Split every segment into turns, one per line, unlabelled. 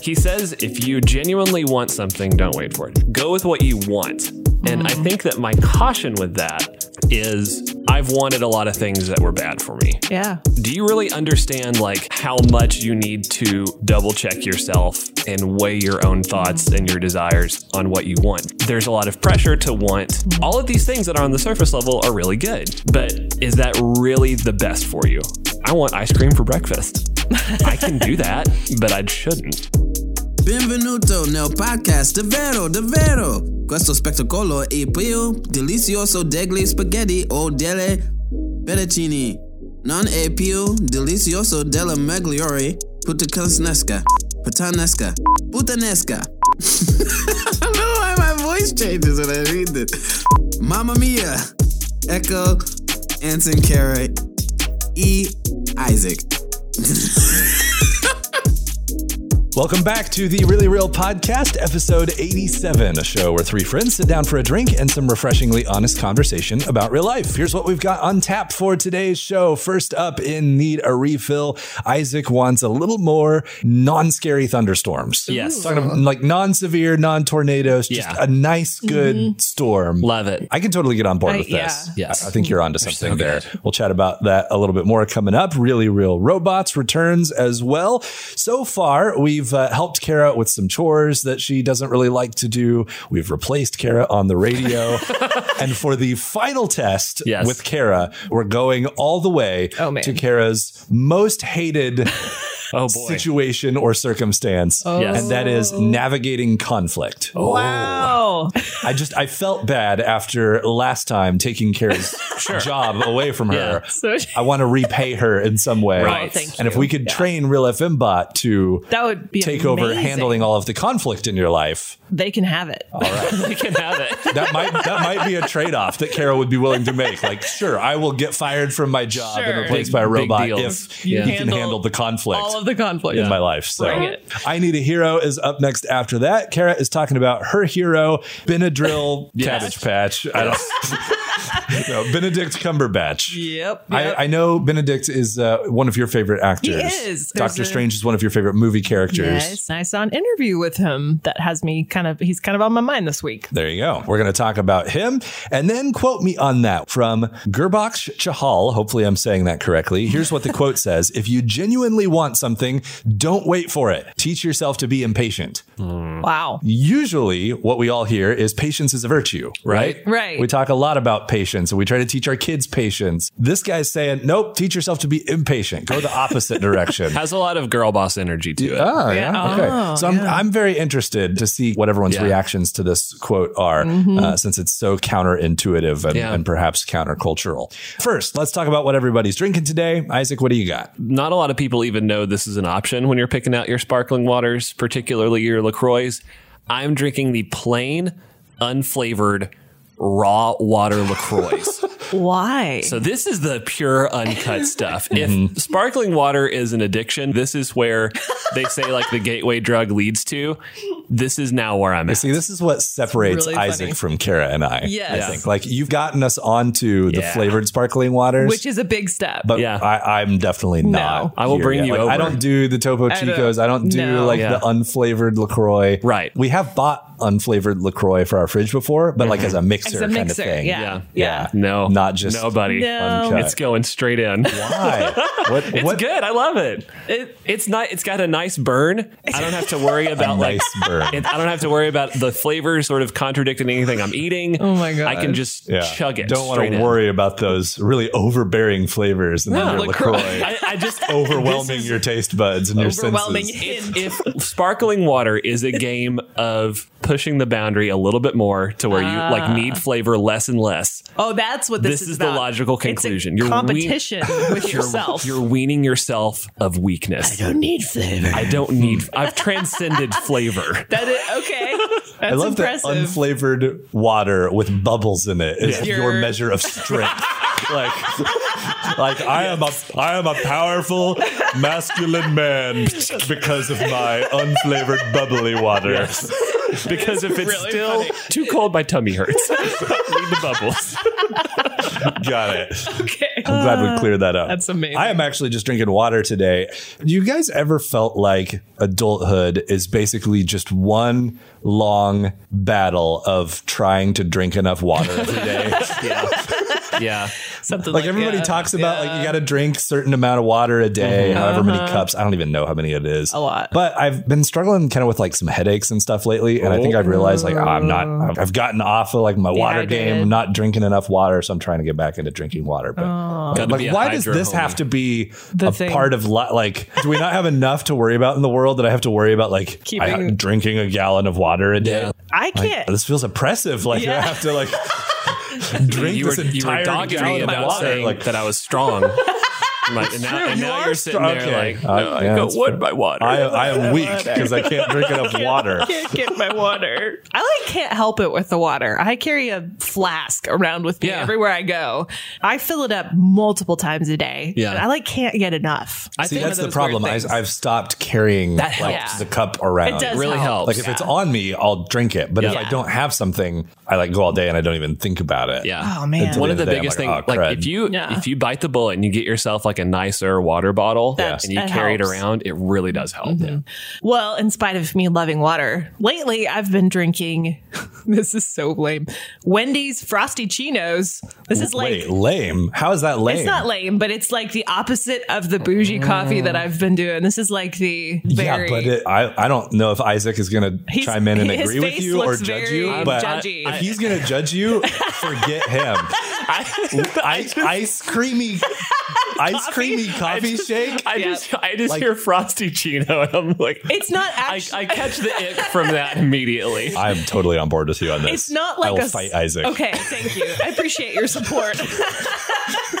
He says if you genuinely want something, don't wait for it. Go with what you want. And I think that my caution with that is I've wanted a lot of things that were bad for me.
Yeah.
Do you really understand like how much you need to double check yourself and weigh your own thoughts and your desires on what you want? There's a lot of pressure to want. All of these things that are on the surface level are really good, but is that really the best for you? I want ice cream for breakfast. I can do that, but I shouldn't.
Benvenuto nel podcast Davvero Davvero. Questo spettacolo è più delizioso degli spaghetti o delle fettuccine. Non è più delizioso della megliore puttanesca. Puttanesca. Puttanesca. I don't know why my voice changes when I read this. Mamma mia. Echo, Anson Carrot, E. Isaac.
Welcome back to the Really Real Podcast, episode 87, a show where three friends sit down for a drink and some refreshingly honest conversation about real life. Here's what we've got on tap for today's show. First up, in Need a Refill, Isaac wants a little more non scary thunderstorms.
Yes.
Talking about like non severe, non tornadoes, just
Yeah.
a nice, good storm.
Love it.
I can totally get on board
Mm-hmm. I-
with this.
yeah.
Yes.
I, I think you're onto something there. We'll chat about that a little bit more coming up. Really Real Robots returns as well. So far, we've uh, helped Kara with some chores that she doesn't really like to do. We've replaced Kara on the radio. and for the final test
Yes.
with Kara, we're going all the way
Oh, man.
to Kara's most hated
Oh boy.
situation or circumstance.
Yes.
And that is navigating conflict.
Wow.
I just I felt bad after last time taking Carrie's job away from her.
Yeah.
So
I want to repay her in some way.
Right. Oh,
thank
and if we could train Real FM Bot to
that would be
take over
amazing.
handling Oh, all of the conflict in your life,
They can have it.
we can have it.
that might that might be a trade off that Carol would be willing to make. Like, sure, I will get fired from my job and
Sure.
replaced by a
Big- big
robot
deal.
if
Yeah.
you can
Handle
handle the conflict
All of the conflict.
in my life. So
Bring it.
I Need a Hero is up next after that. Kara is talking about her hero, Benadryl
Yes.
Cabbage Patch. I don't no, Benedict Cumberbatch.
Yep. yep.
I, I know Benedict is uh, one of your favorite actors.
is. There's
Doctor
a-
Strange is one of your favorite movie characters.
Yes, I saw an interview with him that has me kind of, he's kind of on my mind this week.
There you go. We're going to talk about him and then quote me on that from Gurbaksh Chahal. Hopefully, I'm saying that correctly. Here's what the quote says If you genuinely want something, don't wait for it. Teach yourself to be impatient.
Wow.
usually what we all hear is patience is a virtue, right?
Right.
We talk a lot about patience and we try to teach our kids patience. This guy's saying, nope, teach yourself to be impatient. Go the opposite direction.
Has a lot of girl boss energy to it.
Oh, yeah. Okay. So I'm, I'm very interested to see what everyone's
Yeah.
reactions to this quote are,
Mm-hmm.
uh, since it's so counterintuitive and,
Yeah.
and perhaps countercultural. First, let's talk about what everybody's drinking today. Isaac, what do you got?
not a lot of people even know this is an option when you're picking out your sparkling waters, particularly your LaCroix. I'm drinking the plain, unflavored, raw water LaCroix.
Why?
so this is the pure uncut stuff. If sparkling water is an addiction, this is where they say like the gateway drug leads to. This is now where I'm at.
See, this is what separates
really
Isaac
funny.
from Kara and I.
Yes.
I think like you've gotten us onto the
Yeah.
flavored sparkling waters,
Which is a big step.
but
Yeah.
I, I'm definitely not.
I will
here
bring
yet.
you
Like, I
over.
don't do the Topo
don't-
Chicos. I don't do
no.
like
Yeah.
the unflavored Lacroix.
Right.
We have bought unflavored Lacroix for our fridge before, but like as a mixer
Mm-hmm. As a
kind of
mixer,
thing.
yeah.
yeah.
Yeah.
No.
Not just
No, buddy.
No.
uncut.
It's going straight in.
Why? What?
It's
what
good. I love it. it. It's not. It's got a nice burn. I don't have to worry about like.
Nice burn.
It, I don't have to worry about the flavors sort of contradicting anything I'm eating.
Oh my
I can
God.
just
yeah.
chug it.
Don't want
straight
to
in.
worry about those really overbearing flavors and then your
LaCroix.
Lacroix,
I, I just
Oh. overwhelming your taste buds and your
Overwhelming
senses.
hint.
If sparkling water is a game of pushing the boundary a little bit more to where you
Ah.
like need flavor less and less,
oh, that's what this,
this is the
about.
logical
It's a
conclusion. You're we-
competition with
you're,
yourself.
you're weaning yourself of weakness. I don't need flavor. I don't need. I've transcended flavor.
That is, okay. That's
I love
impressive.
that unflavored water with bubbles in it is
Yeah.
your
Your-
measure of strength. like, like I am a I am a powerful masculine man because of my unflavored bubbly water.
because if it's
really
still
funny.
too cold, my tummy hurts. Need the bubbles.
Got it.
Okay.
I'm glad we cleared that up.
that's amazing.
I am actually just drinking water today. You guys ever felt like adulthood is basically just one long battle of trying to drink enough water every day?
Yeah.
Something
like,
like,
everybody
uh,
talks about like you got to drink certain amount of water a day however many cups i don't even know how many it is
Mm-hmm. Uh-huh. A lot.
but i've been struggling kind of with like some headaches and stuff lately and i think i've realized like "Ah, i'm not
Oh.
I've- i've gotten off of like my water game
Dehydrated.
i'm not drinking enough water so i'm trying to get back into drinking water but
Gotta be
like
a
why does
hydro
this
homie.
have to be
Oh. The
a
thing.
part of li- like do we not have enough to worry about in the world that i have to worry about like I-
Keeping-
drinking a gallon of water a day
Yeah.
I
Like,
can't.
this feels oppressive like i
Yeah.
have to like drink
you were,
this
you were
entire
dogging me
gallon of
about
water
saying
like
that I was strong. I'm like, and now, and
you
now
are
you're sitting
strong.
there
Okay.
like,
Uh,
no, I
yeah,
got
that's
wood by water.
I, I am weak because I can't drink enough water.
can't get my water. I like can't help it with the water. I carry a flask around with me
Yeah.
everywhere I go. I fill it up multiple times a day.
Yeah.
And I like can't get enough.
I
See,
think
that's
one of those
the
weird
problem. I,
things.
I've stopped carrying
That
like,
helps.
the cup around.
It does
really helps.
help.
Like if it's on me, I'll drink it. But if I
Yeah.
don't have something, I like go all day and I don't even think about it.
yeah.
Oh man.
It's
one of
the
the
end of the day,
biggest
I'm like,
things,
"Oh,
like
crud."
if you
Yeah.
if you bite the bullet and you get yourself like a nicer water bottle
That-
and you
that
carry
helps.
it around, it really does help.
Well, in spite of me loving water, lately I've been drinking this is so lame. Wendy's frosty chinos. This is like
Wait, lame. How is that lame?
It's not lame, but it's like the opposite of the bougie coffee that I've been doing. This is like the very
Mm. yeah, but it, I, I don't know if Isaac is going to
He's-
chime in and
his
agree with
face
you or
looks
judge
very
you. But
judgy.
if he's going to judge you, forget him. I, ice creamy, ice creamy coffee shake.
I
Yep.
just I just
Like-
hear frosty chino and I'm like
it's not
I,
actually
I catch the ick from that immediately.
I'm totally on board with you on this.
It's not like
I will
a s-
fight Isaac.
Okay, thank you. I appreciate your support.
coffee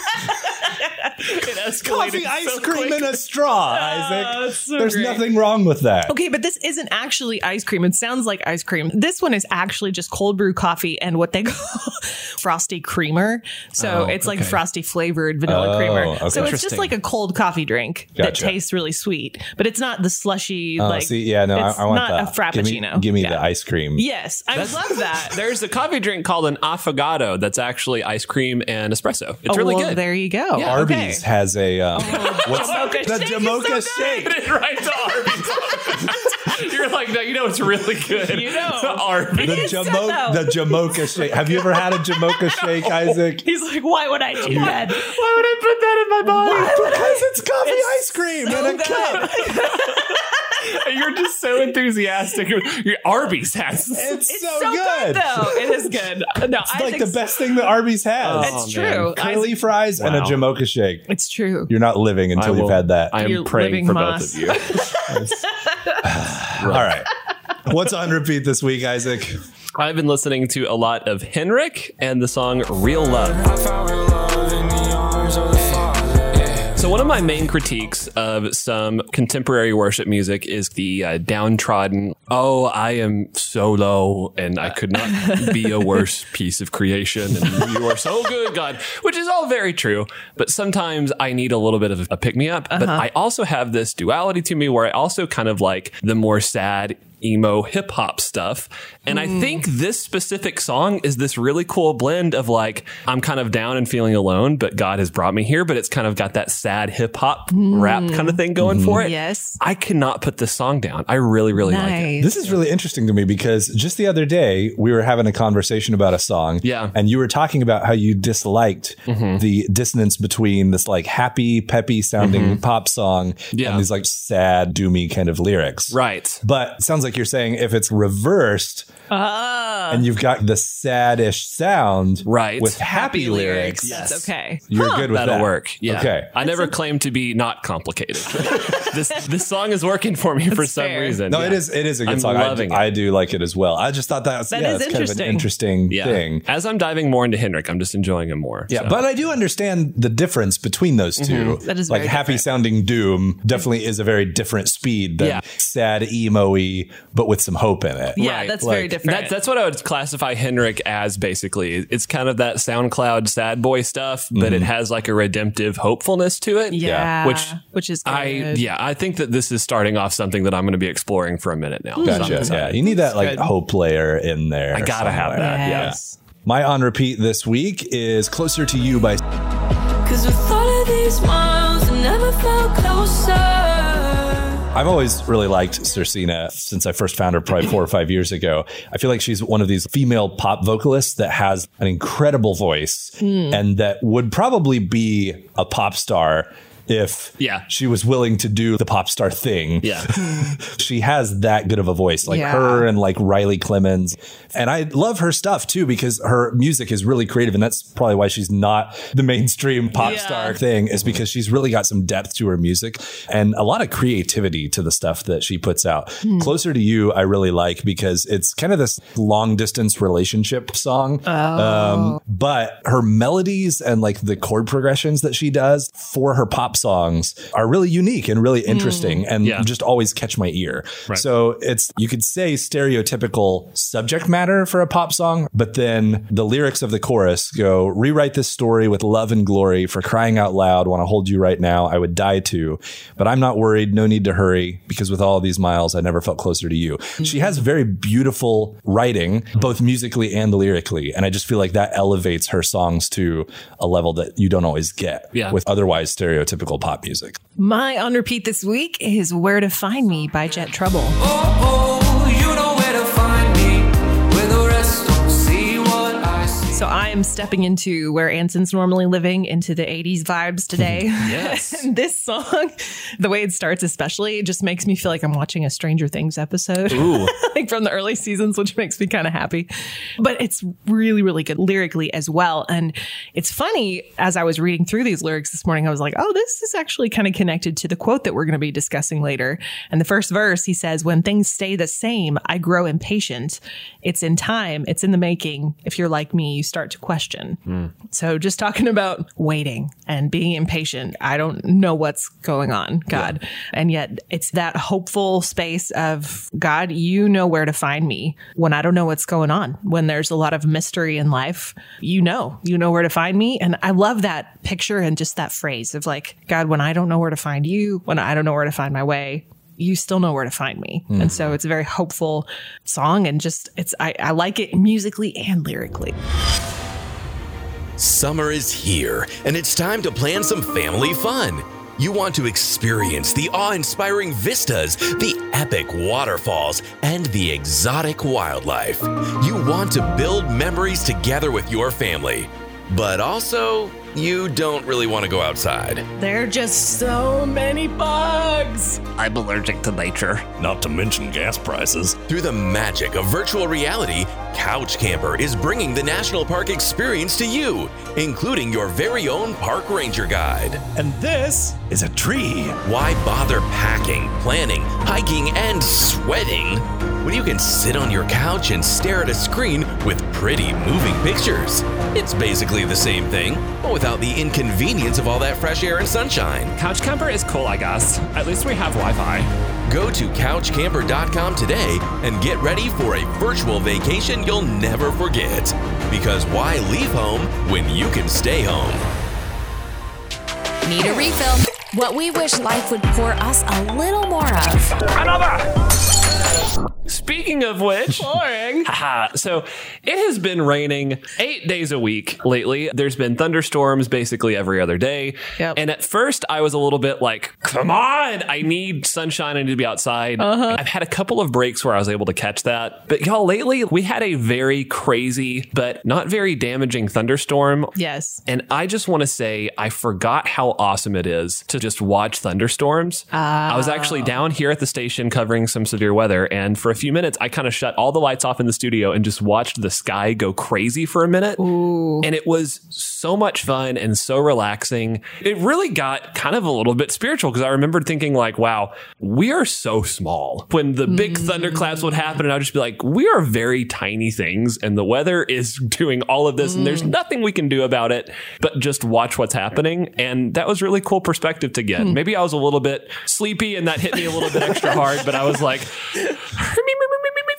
escalated
ice
so
cream
quick.
in a straw, Isaac.
it's Ah, so
There's
great.
nothing wrong with that.
okay, but this isn't actually ice cream. It sounds like ice cream. This one is actually just cold brew coffee and what they call frosty creamer. So
Oh,
it's like
okay.
frosty flavored vanilla
Oh,
creamer.
okay.
So it's just
Interesting.
like a cold coffee drink that
Gotcha.
tastes really sweet, but it's not the slushy
Oh,
like
see, yeah, no, I,
it's
I want
not
that.
a frappuccino.
Give me, give me
Yeah.
the ice cream.
Yes, I love that.
There's a coffee drink called an affogato that's actually ice cream and espresso. It's really
Oh, well,
good.
There you go.
Yeah.
Arby's
Okay. Oh,
has a um, what's
Jamocha
the
shake is
Jamocha
so
shake?
Put it right to Arby's. You're like, no, you know it's really good.
You know.
Arby's.
The,
It is so,
Jamo-
though.
the Jamocha shake. Have you ever had a Jamocha shake, Isaac?
He's like, why would I do that?
Why would I put that in my body?
Because it's coffee ice
It's
cream
so
in a cup.
You're just so enthusiastic. Your Arby's has.
It's,
It's so, good. though. It is good. No, I
It's like
think
the best thing that Arby's has.
Oh,
It's
man.
true.
Curly
Isaac-
fries and a
Wow.
Jamocha shake.
it's true.
You're not living
I
until
will-
you've had that.
I am
You're
praying
living
for
moss.
both of you.
All right. What's on repeat this week, Isaac?
I've been listening to a lot of Henrik and the song Real Love.
I found real love in the arms of the Father. Yeah.
So, one of my main critiques of some contemporary worship music is the uh, downtrodden, oh, I am so low and I could not be a worse piece of creation. And you are so good, God, which is all very true. But sometimes I need a little bit of a pick me up. But I also have this duality to me where I also kind of like the more sad, emo hip hop stuff. And I think
Hmm.
this specific song is this really cool blend of like, I'm kind of down and feeling alone, but God has brought me here, but it's kind of got that sad hip hop rap kind of thing going for it.
Hmm. Mm-hmm. Yes.
I cannot put this song down. I really, really like it.
Nice.
This is really interesting to me because just the other day we were having a conversation about a song.
Yeah. Mm-hmm.
And you were talking about how you disliked the dissonance between this like happy, peppy sounding pop song
Mm-hmm. Yeah.
and these like sad, doomy kind of lyrics.
Right.
But it sounds like you're saying if it's reversed
Oh,
and you've got the saddish sound
Right.
with happy, lyrics,
That's okay.
you're good with
That'll
that.
work. Yeah.
Okay.
I never claim to be not complicated. this this song is working for me for some
fair.
reason.
No,
Yeah.
it is it is a good
I'm
song.
loving it.
I, do, I do like it as well. I just thought that was,
That
yeah,
is
it's kind of an
interesting.
interesting
Yeah.
thing.
As I'm diving more into Henrik, I'm just enjoying him more.
Yeah,
so.
but I do understand the difference between those 2
Mm-hmm. That is
like
very
happy
different.
sounding doom definitely is a very different speed than
Yeah.
sad emo-y, but with some hope in it.
Yeah,
Right,
that's
like,
very different.
That, that's what I would classify Henrik as basically. It's kind of that SoundCloud sad boy stuff, but it has like a redemptive hopefulness to it.
yeah.
yeah.
Which
which is good.
I yeah, I think that this is starting off something that I'm going to be exploring for a minute now. So I'm
Gotcha.
excited.
Yeah, you need that like
good.
hope layer in there.
I gotta have that.
Yes.
My on repeat this week is Closer to You by
Cause with all of these miles, I never felt closer.
I've always really liked Circina since I first found her probably four or five years ago. I feel like she's one of these female pop vocalists that has an incredible voice
Hmm.
and that would probably be a pop star if
Yeah.
she was willing to do the pop star thing.
Yeah.
she has that good of a voice, like
Yeah.
her and like Riley Clemens. And I love her stuff too because her music is really creative. And that's probably why she's not the mainstream pop
Yeah.
star thing, is because she's really got some depth to her music and a lot of creativity to the stuff that she puts out. Closer to You, I really like because it's kind of this long distance relationship song. Um, but her melodies and like the chord progressions that she does for her pop songs are really unique and really interesting and
Yeah.
just always catch my ear. So it's, you could say stereotypical subject matter for a pop song, but then the lyrics of the chorus go rewrite this story with love and glory for crying out loud. Want to hold you right now. I would die to, but I'm not worried. No need to hurry because with all these miles, I never felt closer to you. She has very beautiful writing, both musically and lyrically. And I just feel like that elevates her songs to a level that you don't always get
Yeah.
with otherwise stereotypical pop music.
My on repeat this week is Where to Find Me by Jet Trouble.
Oh, oh, you know where to find me. Where the rest don't see what I see.
So I am stepping into where Anson's normally living into the 80s vibes today.
Yes.
And this song, the way it starts, especially, it just makes me feel like I'm watching a Stranger Things episode. like from the early seasons, which makes me kind of happy. But it's really, really good lyrically as well. And it's funny, as I was reading through these lyrics this morning, I was like, oh, this is actually kind of connected to the quote that we're going to be discussing later. And the first verse, he says, When things stay the same, I grow impatient. It's in time, it's in the making. If you're like me, you start to question. So just talking about waiting and being impatient. I don't know what's going on, God. And yet it's that hopeful space of God, you know where to find me when I don't know what's going on. When there's a lot of mystery in life, you know, you know where to find me. And I love that picture and just that phrase of like, God, when I don't know where to find you, when I don't know where to find my way, you still know where to find me. And so it's a very hopeful song and just it's I, I like it musically and lyrically.
Summer is here, and it's time to plan some family fun. You want to experience the awe inspiring vistas, the epic waterfalls, and the exotic wildlife. You want to build memories together with your family. But also, you don't really want to go outside.
There are just so many bugs.
I'm allergic to nature.
Not to mention gas prices.
Through the magic of virtual reality, Couch Camper is bringing the national park experience to you, including your very own park ranger guide.
And this is a tree.
Why bother packing, planning, hiking, and sweating when you can sit on your couch and stare at a screen with pretty moving pictures? It's basically the same thing, but without the inconvenience of all that fresh air and sunshine.
Couch camper is cool, I guess. At least we have Wi-Fi.
Go to couchcamper.com today and get ready for a virtual vacation you'll never forget. Because why leave home when you can stay home?
Need a refill? What we wish life would pour us a little more of.
Speaking of which,
Boring.
Haha. so it has been raining eight days a week lately. There's been thunderstorms basically every other day.
Yep.
And at first, I was a little bit like, come on, I need sunshine. I need to be outside.
Uh-huh.
I've had a couple of breaks where I was able to catch that. But y'all, lately, we had a very crazy, but not very damaging thunderstorm.
Yes.
And I just want to say, I forgot how awesome it is to just watch thunderstorms. I was actually down here at the station covering some severe weather. And for a few minutes, I kind of shut all the lights off in the studio and just watched the sky go crazy for a minute. And it was so much fun and so relaxing. It really got kind of a little bit spiritual because I remember thinking, like, wow, we are so small. When the big thunderclaps would happen, and I'd just be like, we are very tiny things, and the weather is doing all of this, and there's nothing we can do about it but just watch what's happening. And that was really cool perspective to get. Maybe I was a little bit sleepy and that hit me a little bit extra hard, but I was like,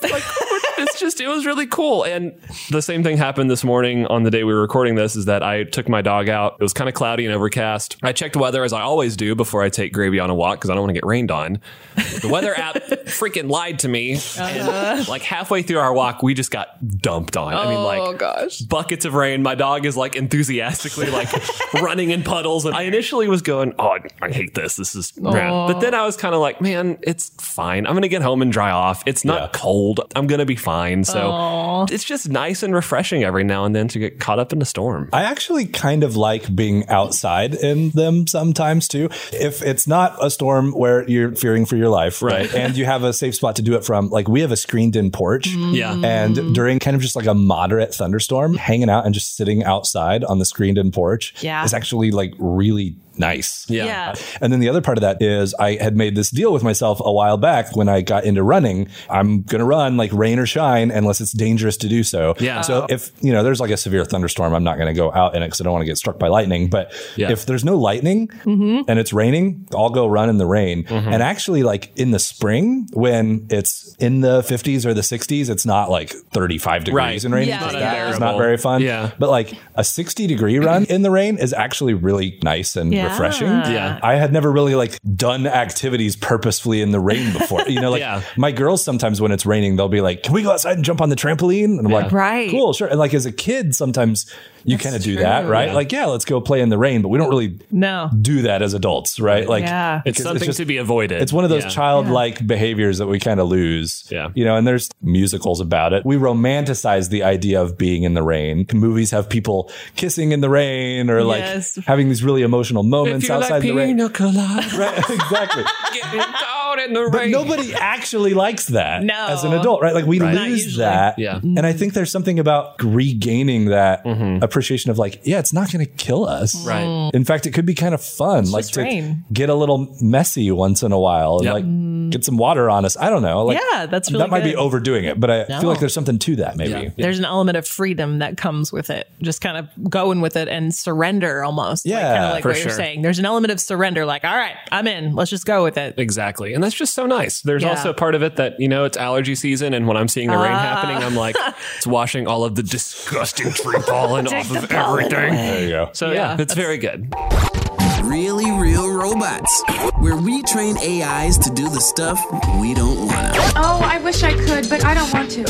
like it's just it was really cool and the same thing happened this morning on the day we were recording this is that i took my dog out it was kind of cloudy and overcast i checked weather as i always do before i take gravy on a walk because i don't want to get rained on the weather app freaking lied to me. And like halfway through our walk, we just got dumped on. I mean,
oh
like
gosh.
buckets of rain. My dog is like enthusiastically like running in puddles. And I initially was going, oh, I- I hate this. This is bad.
Aw.
But then I was kind of like, man, it's fine. I'm going to get home and dry off. It's not
Yeah.
cold. I'm going to be fine. So it's just nice and refreshing every now and then to get caught up in a storm.
I actually kind of like being outside in them sometimes too. If it's not a storm where you're fearing for your life,
Right.
And you have a safe spot to do it from. Like we have a screened in porch.
Mm-hmm.
Yeah.
And during kind of just like a moderate thunderstorm, hanging out and just sitting outside on the screened in porch
Yeah.
is actually like really nice.
Yeah.
Yeah.
And then the other part of that is I had made this deal with myself a while back when I got into running. I'm going to run like rain or shine unless it's dangerous to do so.
Yeah.
So if, you know, there's like a severe thunderstorm, I'm not going to go out in it because I don't want to get struck by lightning. But
Yeah.
if there's no lightning
Mm-hmm.
and it's raining, I'll go run in the rain.
Mm-hmm.
And actually, like in the spring when it's in the 50s or the 60s, it's not like 35 degrees
Right.
in rain.
Yeah,
Like,
Not
that is not
unbearable.
very fun.
Yeah.
But like a 60 degree run in the rain is actually really nice and
Yeah.
refreshing.
Yeah.
I had never really like done activities purposefully in the rain before. You know, like
Yeah.
my girls sometimes when it's raining, they'll be like, "Can we go outside and jump on the trampoline?" And I'm like,
Right.
cool, sure." And like as a kid, sometimes you kind of do that,
true.
right? Like, yeah, let's go play in the rain, but we don't really
No.
do that as adults, right? Like,
Yeah.
It's
because
something
just-
to be avoided.
It's one of those
Yeah.
childlike behaviors that we kind of lose.
Yeah.
You know, and there's musicals about it. We romanticize the idea of being in the rain. Movies have people kissing in the rain or like
Yes.
having these really emotional moments outside the rain.
colada,
Right, exactly.
getting caught in the
But
rain.
nobody actually likes that
No.
as an adult, right? Like we
Right. Not
lose
usually.
that.
Yeah. Mm-hmm.
And I think there's something about regaining that appreciation of like, yeah, it's not going to kill us.
Right.
In fact, it could be kind of fun, like
just
to
rain.
get a little messy once in a while and
Yep.
like get some water on us. I don't know. Like,
Yeah, that's really
that might be
good.
overdoing it, but I
No.
feel like there's something to that maybe. Yeah.
There's an element of freedom that comes with it. Just kind of going with it and surrender almost. like, kind
Yeah,
of like
for
what
sure.
you're saying. There's an element of surrender, like, all right, I'm in. Let's just go with it.
Exactly. And that's just so nice. There's
Yeah.
also a part of it that, you know, it's allergy season. And when I'm seeing the rain happening, I'm like, it's washing all of the disgusting tree pollen off of everything.
There you go.
So, yeah,
Yeah,
it's very good.
Really Real Robots, where we train AIs to do the stuff we don't want to.
Oh, I wish I could, but I don't want to.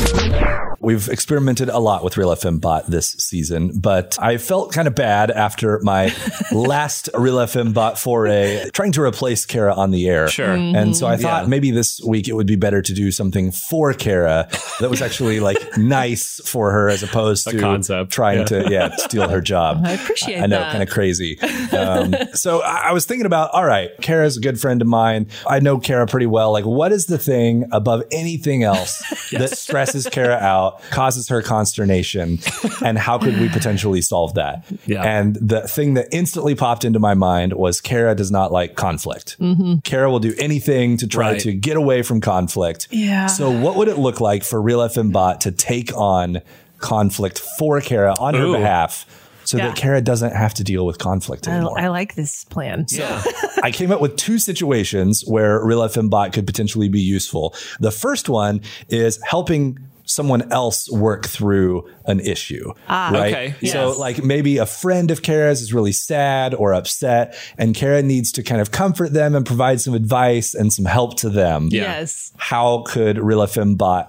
We've experimented a lot with Real FM Bot this season, but I felt kind of bad after my last Real FM Bot foray, trying to replace Kara on the air.
Sure. Mm-hmm.
And so I thought maybe this week it would be better to do something for Kara that was actually like nice for her as opposed to
concept.
trying
Yeah.
to yeah steal her job.
Oh, I appreciate
I know,
that.
kind of crazy. Um, so I, I was thinking about, all right, Kara's a good friend of mine. I know Kara pretty well. Like, what is the thing above anything else that stresses Kara out, causes her consternation, and how could we potentially solve that?
Yeah.
And the thing that instantly popped into my mind was Kara does not like conflict. Kara will do anything to try
Right.
to get away from conflict.
Yeah.
So what would it look like for Real FM Bot to take on conflict for Kara on her
Ooh.
behalf? So
Yeah.
that Kara doesn't have to deal with conflict
I,
anymore.
I like this plan.
Yeah.
I came up with two situations where Real FM Bot could potentially be useful. The first one is helping someone else work through an issue. Ah, right?
Okay,
So,
yes.
like maybe a friend of Kara's is really sad or upset, and Kara needs to kind of comfort them and provide some advice and some help to them
Yes.
how could Real FM bot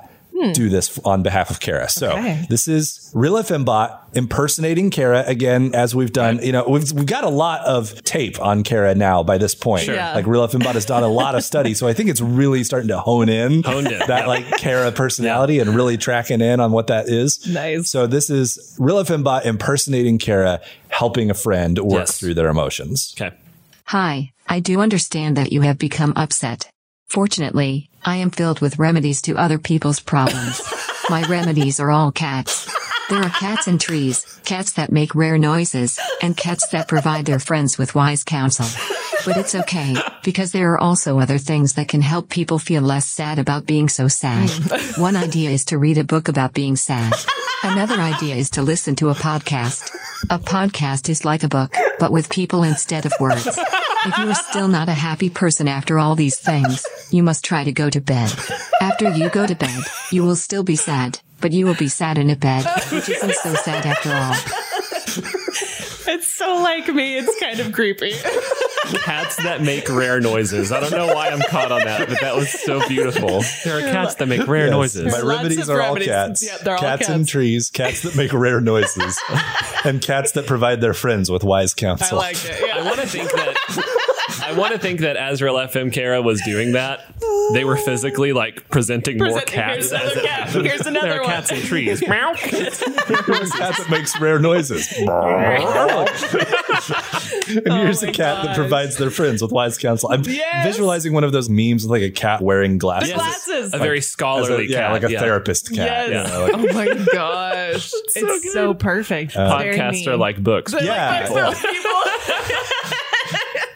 do this on behalf of Kara? So
Hmm. Okay.
this is Real FM bot impersonating Kara again, as we've done. You know, we've we've got a lot of tape on Kara now by this point.
Yeah.
Like Real FM bot has done a lot of study, so I think it's really starting to hone in
Honed in,
that
yeah.
like Kara personality and really tracking in on what that is.
Nice.
So this is Real FM bot impersonating Kara, helping a friend work
Yes.
through their emotions.
Okay.
Hi, I do understand that you have become upset. Fortunately, I am filled with remedies to other people's problems. My remedies are all cats. There are cats in trees, cats that make rare noises, and cats that provide their friends with wise counsel. But it's okay, because there are also other things that can help people feel less sad about being so sad. One idea is to read a book about being sad. Another idea is to listen to a podcast. A podcast is like a book, but with people instead of words. If you are still not a happy person after all these things, you must try to go to bed. After you go to bed, you will still be sad, but you will be sad in a bed, which isn't so sad after all.
It's so like me. It's kind of creepy.
cats that make rare noises. I don't know why I'm caught on that, but that was so beautiful. There are cats that make rare
Yes,
noises.
My remedies are all cats.
Yep, they're all
cats and
cats.
trees, cats that make rare noises, and cats that provide their friends with wise counsel.
it.
I want to think that I want to think that Azrael FM Kara was doing that. They were physically like presenting, more
Presenting,
cats.
here's
as
another
it
cat,
happened.
here's another
there are
one.
cats and trees. Meow.
cat that makes rare noises. and here's a cat that provides their friends with wise counsel. I'm
Oh Yes.
visualizing one of those memes with like a cat wearing glasses.
The glasses.
a very
As
scholarly
a- yeah,
cat,
like a
yeah.
therapist
Yes.
cat. you know, like-
oh my gosh. it's so perfect. It's very
Podcasts are
mean.
like books.
They're like
Yeah,
books, they're
yeah.
like people.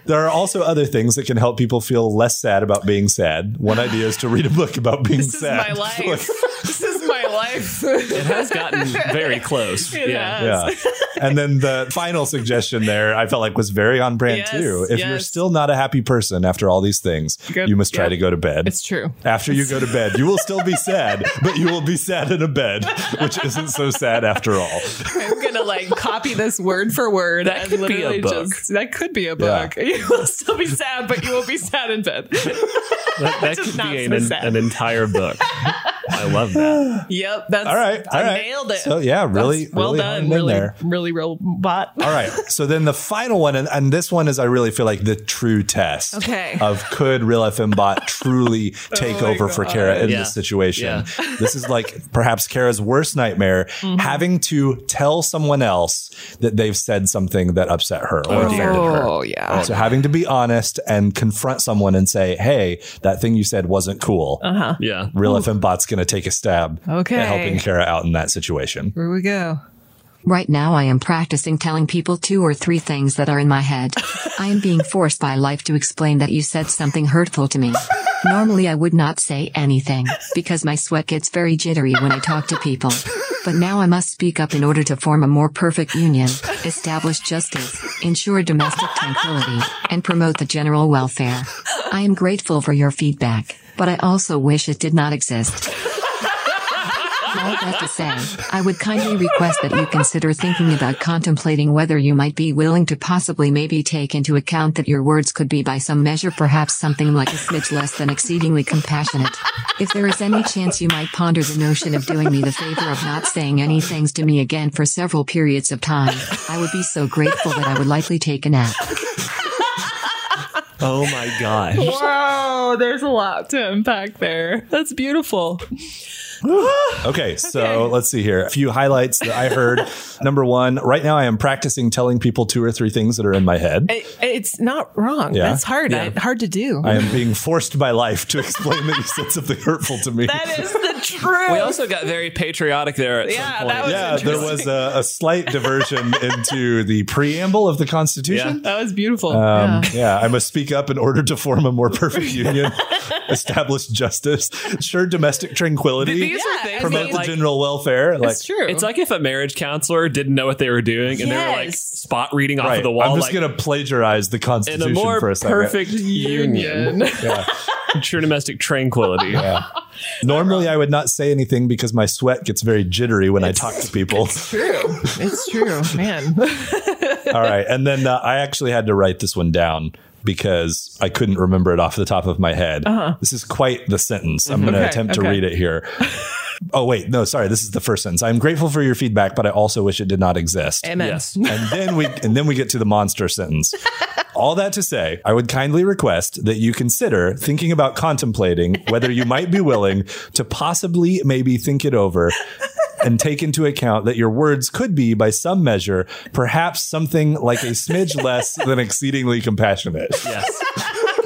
There are also other things that can help people feel less sad about being sad. One idea is to read a book about being
This is
sad.
my life. this is my life.
It has gotten very close.
It
yeah.
has.
yeah. And then the final suggestion there, I felt like was very on brand
Yes,
too. If you're
yes.
still not a happy person after all these things,
Good.
you must try
Yeah.
to go to bed.
It's true.
after you go to bed, you will still be sad, but you will be sad in a bed, which isn't so sad after all.
I'm gonna like copy this word for word.
That
and
could be a
literally
book.
just- that could be a
Yeah.
book. You will still be sad, but you will be sad in bed.
That, that
Just
could
not
be
so
an,
sad.
an entire book. I love that.
yep. That's
All right. all
I
right.
nailed it.
So yeah, really,
That's well
really honed
done.
in
Really,
there.
really real bot.
All right. So then the final one, and, and this one is, I really feel like the true test
Okay. Oh
of could Real FM Bot truly take over for Kara in
Yeah.
this situation?
Yeah.
This is like perhaps Kara's worst nightmare
Mm-hmm.
having to tell someone else that they've said something that upset her or offended her.
Oh yeah.
So having to be honest and confront someone and say, hey, that thing you said wasn't cool. Uh-huh.
Yeah.
Real FM Bot's going to take a stab
Okay.
at helping Kara out in that situation.
Here we go.
Right now, I am practicing telling people two or three things that are in my head. I am being forced by life to explain that you said something hurtful to me. Normally, I would not say anything because my sweat gets very jittery when I talk to people. But now I must speak up in order to form a more perfect union, establish justice, ensure domestic tranquility, and promote the general welfare. I am grateful for your feedback, but I also wish it did not exist. All that to say, I would kindly request that you consider thinking about contemplating whether you might be willing to possibly maybe take into account that your words could be by some measure perhaps something like a smidge less than exceedingly compassionate. If there is any chance you might ponder the notion of doing me the favor of not saying any things to me again for several periods of time, I would be so grateful that I would likely take a nap.
Oh my gosh.
Whoa, there's a lot to unpack there. That's beautiful.
Okay, so let's see here. A few highlights that I heard. Number one, right now I am practicing telling people two or three things that are in my head.
It, it's not wrong.
Yeah.
That's hard. I, hard to do.
I am being forced by life to explain that you said something hurtful to me.
that is the truth.
We also got very patriotic there at
Yeah,
some
that
point.
was
yeah, there was a, a slight diversion into the preamble of the Constitution.
that was beautiful.
Um, yeah, I must speak up in order to form a more perfect union, establish justice, ensure domestic tranquility,
These
Yeah,
are things
promote
that,
the
like,
general welfare. Like,
it's true.
It's like if a marriage counselor didn't know what they were doing and they were like
Yes.
spot reading off
right,
of the wall.
I'm just
like,
going to plagiarize the
in
Constitution
a more
for a second.
perfect union,
Yeah.
true domestic tranquility.
Normally, I would not say anything because my sweat gets very jittery when I talk to people.
true. It's true, man.
All right. And then uh, I actually had to write this one down because I couldn't remember it off the top of my head. This is quite the sentence. I'm going to
Uh-huh. Mhm. Okay,
attempt to
okay.
read it here. oh, wait. No, sorry. This is the first sentence. I'm grateful for your feedback, but I also wish it did not exist.
Amen.
Yes.
and then we and then we get to the monster sentence. All that to say, I would kindly request that you consider thinking about contemplating whether you might be willing to possibly maybe think it over and take into account that your words could be by some measure perhaps something like a smidge less than exceedingly compassionate.
Yes.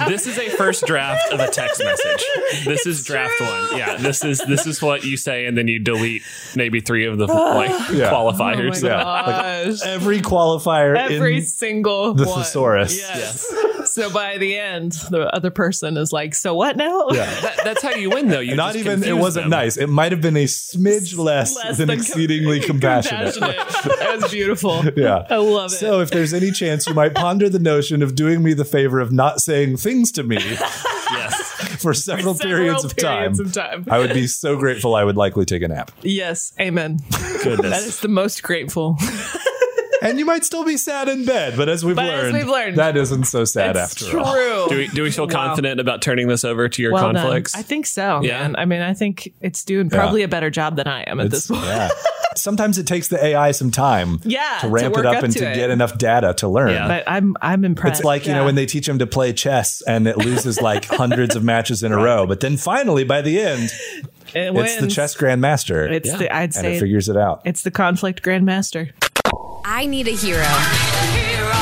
This is a first draft of a text message. This is draft one. Yeah. This is this is what you say, and then you delete maybe three of the like
Yeah.
qualifiers.
God. Yeah,
Oh Gosh.
Every qualifier
Every
in
single
the
one.
thesaurus.
Yes. So by the end, the other person is like, "So what now?"
Yeah.
That, that's how you win, though. You
Not
just
even it
confuse
wasn't
them.
nice. It might have been a smidge less, than,
com-
exceedingly compassionate.
compassionate. that was beautiful.
Yeah.
I love it.
So if there's any chance you might ponder the notion of doing me the favor of not saying things to me
Yes.
for several,
Several
periods, of,
periods
time,
of time.
I would be so grateful I would likely take a nap.
yes, amen. That
Goodness.
is the most grateful.
and you might still be sad in bed, but as we've,
But as
learned,
we've learned,
that isn't so sad after all.
True.
Do we, do we feel
Wow.
confident about turning this over to your
well done.
conflicts?
I think so.
Yeah.
Yeah. Man. I mean, I think it's doing
Yeah.
probably a better job than I am at this
It's-
point.
yeah. Sometimes it takes the AI some time
Yeah,
to
to
ramp it
work
up,
up
and
to
to
it.
get enough data to learn.
Yeah.
But I'm I'm impressed.
It's like, you know, when they teach them to play chess and it loses like hundreds of matches in a row. But then finally, by the end,
it
it's the
wins.
chess grandmaster.
It's
Yeah.
the I'd
and
say
it figures it out.
it's the conflict grandmaster.
I need a hero.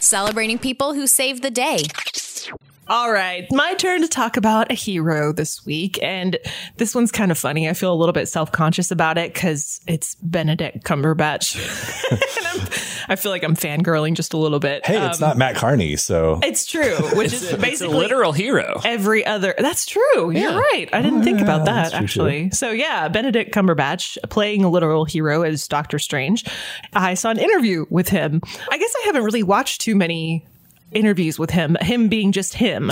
Celebrating people who save the day.
All right, my turn to talk about a hero this week. And this one's kind of funny. I feel a little bit self conscious about it because it's Benedict Cumberbatch. and I'm, I feel like I'm fangirling just a little bit. Uh,
Hey, it's not Matt Carney, so
It's true, which is basically
it's a literal hero.
every other. That's true.
Yeah.
You're right. I didn't think about
that's
that
true,
actually. So yeah, Benedict Cumberbatch playing a literal hero as Doctor Strange. I saw an interview with him. I guess I haven't really watched too many interviews with him. Him being just him.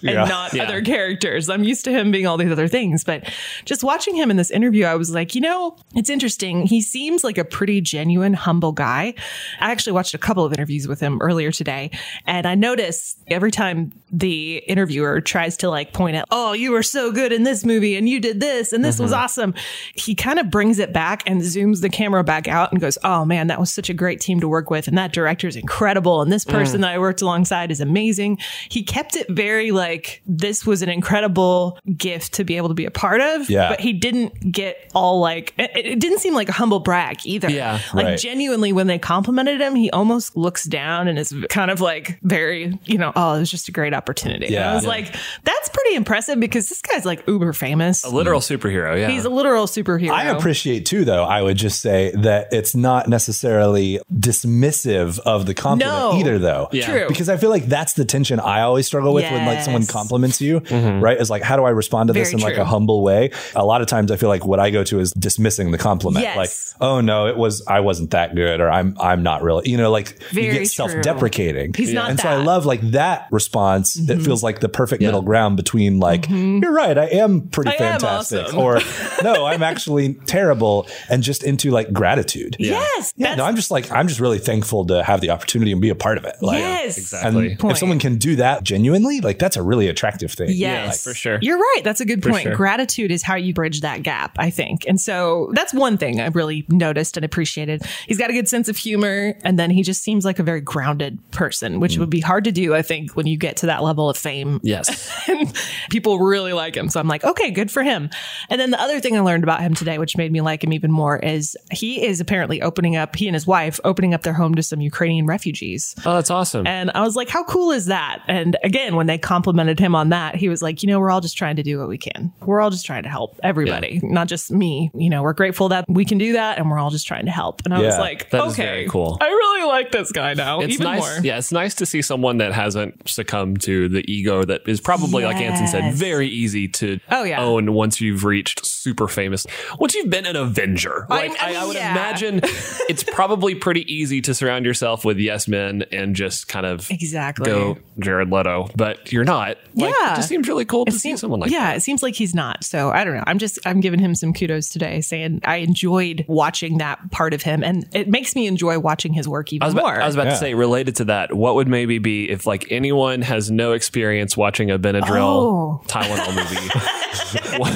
Yeah.
And not
Yeah.
other characters. I'm used to him being all these other things, but just watching him in this interview, I was like, you know, it's interesting. He seems like a pretty genuine, humble guy. I actually watched a couple of interviews with him earlier today, and I noticed every time the interviewer tries to like point out, oh, you were so good in this movie and you did this and this was
Mm-hmm.
awesome, he kind of brings it back and zooms the camera back out and goes, oh man, that was such a great team to work with. And that director is incredible. And this
Mm.
person that I worked alongside is amazing. He kept it very like, this was an incredible gift to be able to be a part of.
Yeah.
But he didn't get all like, it, it didn't seem like a humble brag either.
Yeah.
Like
Right.
genuinely, when they complimented him, he almost looks down and is kind of like very, you know, oh, it was just a great opportunity. And
Yeah.
I was
Yeah.
like, that's pretty impressive because this guy's like uber famous.
A literal superhero, yeah.
He's a literal superhero.
I appreciate too, though. I would just say that it's not necessarily dismissive of the compliment
No.
either, though.
Yeah.
True.
Because I feel like that's the tension I always struggle with when like someone
Yes.
compliments you, right? Is like, how do I respond to this
Very
in like
true.
a humble way? A lot of times I feel like what I go to is dismissing the compliment.
Yes.
Like, oh no, it was I wasn't that good or I'm I'm not really you know, like you
Very
get
true.
self-deprecating.
He's not
And so I
that. Mm-hmm.
love like that response that feels like the perfect middle ground between like, you're right, I am pretty
I am
fantastic.
awesome.
Or or no, I'm actually terrible, and just into like gratitude. Yeah.
Yes.
Yeah,
that's-
no, I'm just like I'm just really thankful to have the opportunity and be a part of it. Like,
yes. Exactly.
and if
Point.
someone can do that genuinely, like that's a really attractive thing.
Yes,
like, for sure.
You're right. That's a good point.
sure.
Gratitude is how you bridge that gap, I think. And so that's one thing I really noticed and appreciated. He's got a good sense of humor, and then he just seems like a very grounded person,
Mm.
which would be hard to do, I think, when you get to that level of fame.
yes.
and people really like him. So I'm like, okay, good for him. And then the other thing I learned about him today, which made me like him even more, is he is apparently opening up, he and his wife opening up their home to some Ukrainian refugees.
Oh, that's awesome.
And I was like, how cool is that? And again, when they complimented him on that, he was like, you know, we're all just trying to do what we can. We're all just trying to help everybody, not just me. You know, we're grateful that we can do that and we're all just trying to help. And I was
Yeah.
like,
That
okay,
is very cool.
I really like this guy now,
it's
even
nice.
more.
Yeah, it's nice to see someone that hasn't succumbed to the ego that is probably, like Anson said,
Yes.
very easy to
Oh, yeah.
own once you've reached super famous. Once you've been an Avenger,
I-
like I, I would
yeah.
imagine, it's probably pretty easy to surround yourself with yes men and just kind of
Exactly.
go Jared Leto. But you're not. Like, it
Yeah.
just seems really cool to
It
see
seems-
someone like
yeah, it seems like he's not. So I don't know. I'm just I'm giving him some kudos today, saying I enjoyed watching that part of him, and it makes me enjoy watching his work even
I was about,
more.
I was about
Yeah.
to say, related to that, what would maybe be if like anyone has no experience watching a Benadryl
Oh.
Tylenol movie? what,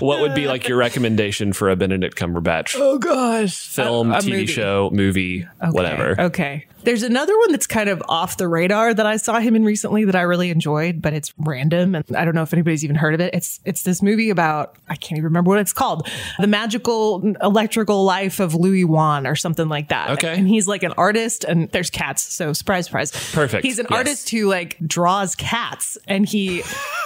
what would be like your recommendation for a Benedict Cumberbatch
oh gosh,
film,
A- a
TV
movie.
show, movie, whatever?
Okay. There's another one that's kind of off the radar that I saw him in recently that I really enjoyed, but it's random and I don't know if anybody's even heard of it. It's it's this movie about I can't even remember what it's called. The magical electrical life of Louis Wan or something like that.
Okay.
And he's like an artist and there's cats, so surprise surprise.
Perfect.
He's an
Yes.
artist who like draws cats and he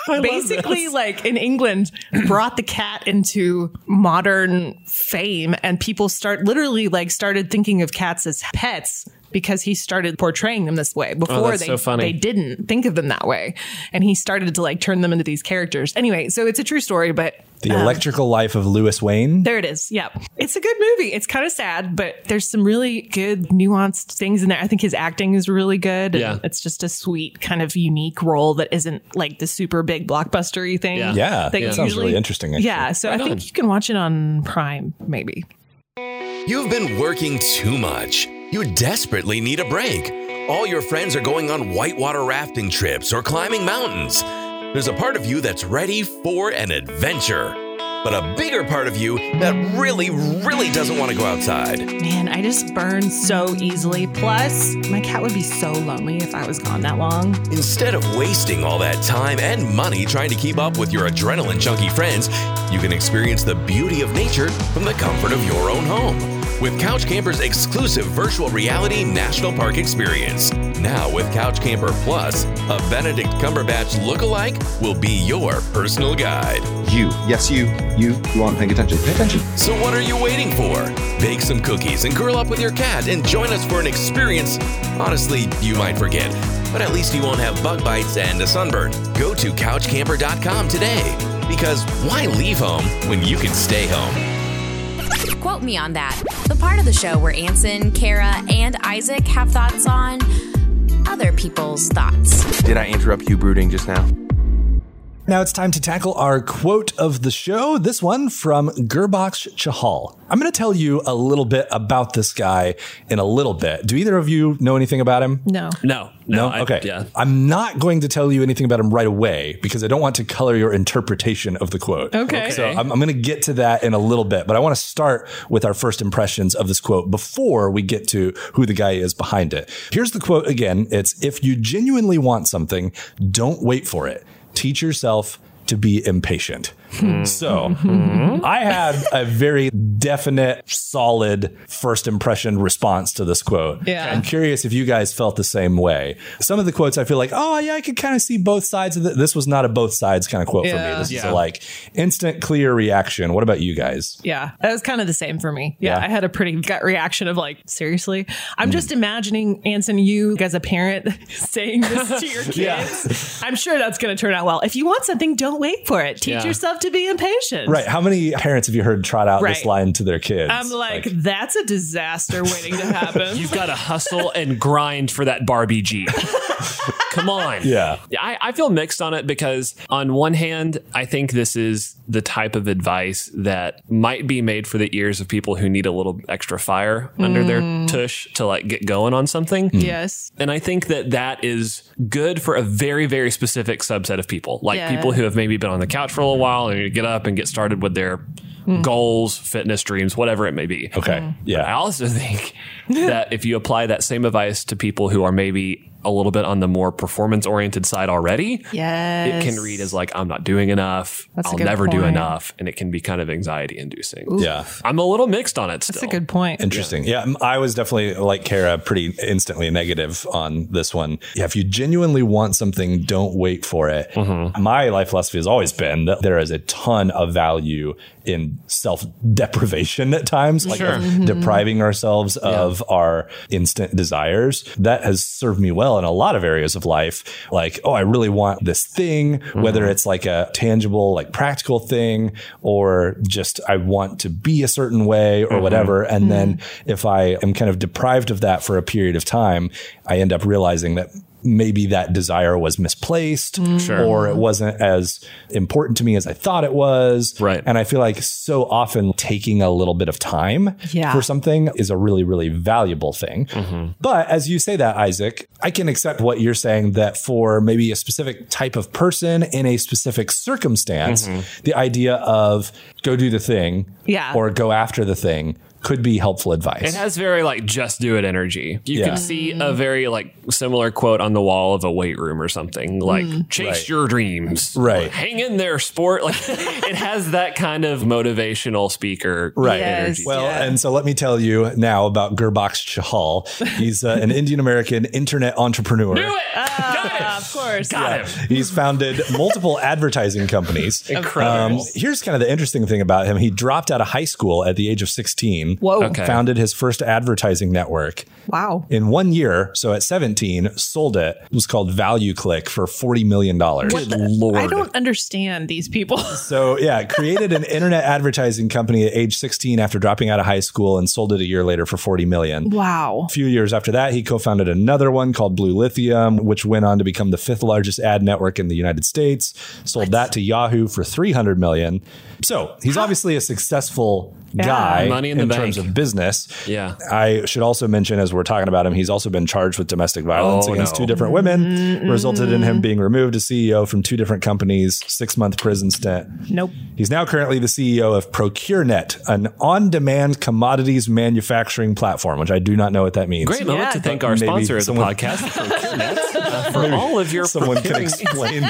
basically like in England brought the cat into modern fame and people start literally like started thinking of cats as pets because he started portraying them this way before
Oh, that's
they
so funny.
they didn't think of them that way and he started to like turn them into these characters. Anyway, so it's a true story but
The electrical life of Lewis Wayne.
there it is. Yeah. It's a good movie. It's kind of sad, but there's some really good nuanced things in there. I think his acting is really good. and
Yeah.
It's just a sweet, kind of unique role that isn't like the super big blockbustery thing.
Yeah.
Yeah,
That
that sounds
usually-
really interesting. actually.
Yeah. So I
on.
think you can watch it on Prime, maybe.
You've been working too much. You desperately need a break. All your friends are going on whitewater rafting trips or climbing mountains. There's a part of you that's ready for an adventure, but a bigger part of you that really, really doesn't want to go outside.
Man, I just burn so easily. Plus, my cat would be so lonely if I was gone that long.
Instead of wasting all that time and money trying to keep up with your adrenaline junkie friends, you can experience the beauty of nature from the comfort of your own home with Couch Camper's exclusive virtual reality national park experience. Now, with Couch Camper Plus, a Benedict Cumberbatch lookalike will be your personal guide.
You. Yes, you. You. You aren't paying attention. Pay attention.
So, what are you waiting for? Bake some cookies and curl up with your cat and join us for an experience. Honestly, you might forget, but at least you won't have bug bites and a sunburn. Go to couchcamper.com today because why leave home when you can stay home?
Quote me on that. The part of the show where Anson, Kara, and Isaac have thoughts on other people's thoughts.
Did I interrupt you brooding just now?
Now it's time to tackle our quote of the show. This one from Gurbaksh Chahal. I'm going to tell you a little bit about this guy in a little bit. Do either of you know anything about him?
No.
No.
No.
I-
okay.
yeah.
I'm not going to tell you anything about him right away because I don't want to color your interpretation of the quote.
Okay.
So I'm, I'm going to get to that in a little bit, but I want to start with our first impressions of this quote before we get to who the guy is behind it. Here's the quote again. It's if you genuinely want something, don't wait for it. Teach yourself to be impatient.
Hmm.
So
Hmm.
I had a very definite, solid first impression response to this quote.
Yeah.
I'm curious if you guys felt the same way. Some of the quotes I feel like, oh yeah, I could kind of see both sides of it. This was not a both sides kind of quote for
Yeah.
me. This is
Yeah.
a like instant clear reaction. What about you guys?
Yeah, that was kind of the same for me. Yeah,
Yeah.
I had a pretty gut reaction of like, seriously? I'm just imagining, Anson, you as a parent saying this to your kids.
Yeah.
I'm sure that's going to turn out well. If you want something, don't wait for it. Teach
Yeah.
yourself to be impatient.
Right. How many parents have you heard trot out this
Right.
line to their kids?
I'm like, that's a disaster waiting to happen.
You've got to hustle and grind for that Barbie Jeep. Come on.
Yeah.
I, I feel mixed on it because, on one hand, I think this is the type of advice that might be made for the ears of people who need a little extra fire under their
Mm.
tush to like get going on something.
Yes.
And I think that that is good for a very, very specific subset of people, like
Yeah.
people who have maybe been on the couch for a little while and need to get up and get started with their
Mm.
goals, fitness dreams, whatever it may be.
Okay. Yeah.
I also think that if you apply that same advice to people who are maybe a little bit on the more performance oriented side already,
Yes.
it can read as like, I'm not doing enough.
That's a
I'll
good
never do
point.
enough. And it can be kind of anxiety inducing.
Oof.
Yeah.
I'm a little mixed on it still.
That's a good point.
Interesting. Yeah. m- I was definitely like Kara, pretty instantly negative on this one. Yeah, if you genuinely want something, don't wait for it. My life philosophy has always been that there is a ton of value in self deprivation at times, like
Sure.
of
Mm-hmm.
Mhm.
depriving ourselves of our instant desires. That has served me well in a lot of areas of life. Like, oh, I really want this thing, whether it's like a tangible, like practical thing, or just I want to be a certain way or whatever. And then if I am kind of deprived of that for a period of time, I end up realizing that maybe that desire was misplaced
Sure.
or it wasn't as important to me as I thought it was. Right. And I feel like so often taking a little bit of time
Yeah.
for something is a really, really valuable thing.
Mm-hmm.
But as you say that, Isaac, I can accept what you're saying that for maybe a specific type of person in a specific circumstance,
Mhm.
Mm-hmm.
the idea of go do the thing
Yeah.
or go after the thing could be helpful
It
advice.
has very like just do it energy. You
Yeah.
can see
Mm.
a very like similar quote on the wall of a weight room or something like
Mm.
chase
Right.
your dreams.
Right.
Hang in there sport. Like it has that kind of motivational speaker
Right.
energy.
Well, and so let me tell you now about Gurbaksh Chahal. He's uh, an Indian American internet entrepreneur.
Ah, of course.
Got
He's founded multiple advertising companies. Um,
Incredible.
here's kind of the interesting thing about him. He dropped out of high school at the age of 16.
Whoa. Okay.
Founded his first advertising network.
Wow.
In one year, so at 17, sold it. It was called Value Click for $40 million.
What the- I don't understand these people.
So yeah, created an internet advertising company at age 16 after dropping out of high school and sold it a year later for 40 million.
Wow.
A few years after that, he co-founded another one called Blue Lithium, which went on to become the fifth largest ad network in the United States. Sold that to Yahoo for 300 million. So he's obviously a successful
Yeah.
guy
Money in the
in terms
think.
of business.
Yeah.
I should also mention, as we're talking about him, he's also been charged with domestic violence
Oh,
against
no.
two different women, resulted in him being removed as CEO from two different companies, six month prison stint.
Nope.
He's now currently the CEO of ProcureNet, an on demand commodities manufacturing platform, which I do not know what that means.
Great moment to thank
But
our
maybe
sponsor of the
someone-
podcast ProcureNet, uh, for
Maybe
all of your
someone can
procuring-
explain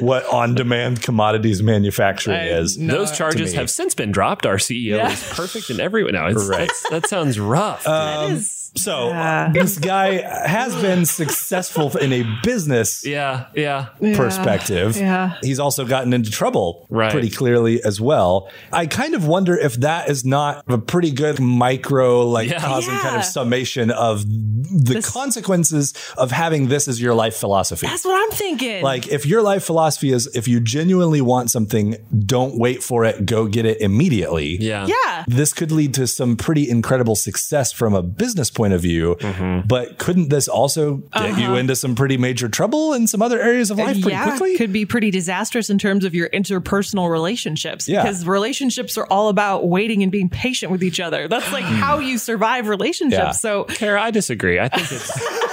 what on demand commodities manufacturing
I-
is.
no, Those charges have since been dropped. Our CEO
Yeah.
is perfect in every way. No, it's,
Right.
that's- that sounds rough.
Um, so uh, this guy has been successful in a business
yeah, yeah.
perspective.
Yeah.
He's also gotten into trouble
Right.
pretty clearly as well. I kind of wonder if that is not a pretty good micro, like
Yeah.
causing kind of summation of the consequences of having this as your life philosophy.
That's what I'm thinking.
Like, if your life philosophy is if you genuinely want something, don't wait for it, go get it immediately.
Yeah.
Yeah.
This could lead to some pretty incredible success from a business point of view.
Mm-hmm.
But couldn't this also get you into some pretty major trouble in some other areas of life pretty
Uh-huh. yeah,
quickly?
could be pretty disastrous in terms of your interpersonal relationships
Yeah.
because relationships are all about waiting and being patient with each other. That's like
Hmm.
how you survive relationships.
Yeah.
So
Kara, I disagree. I think it's.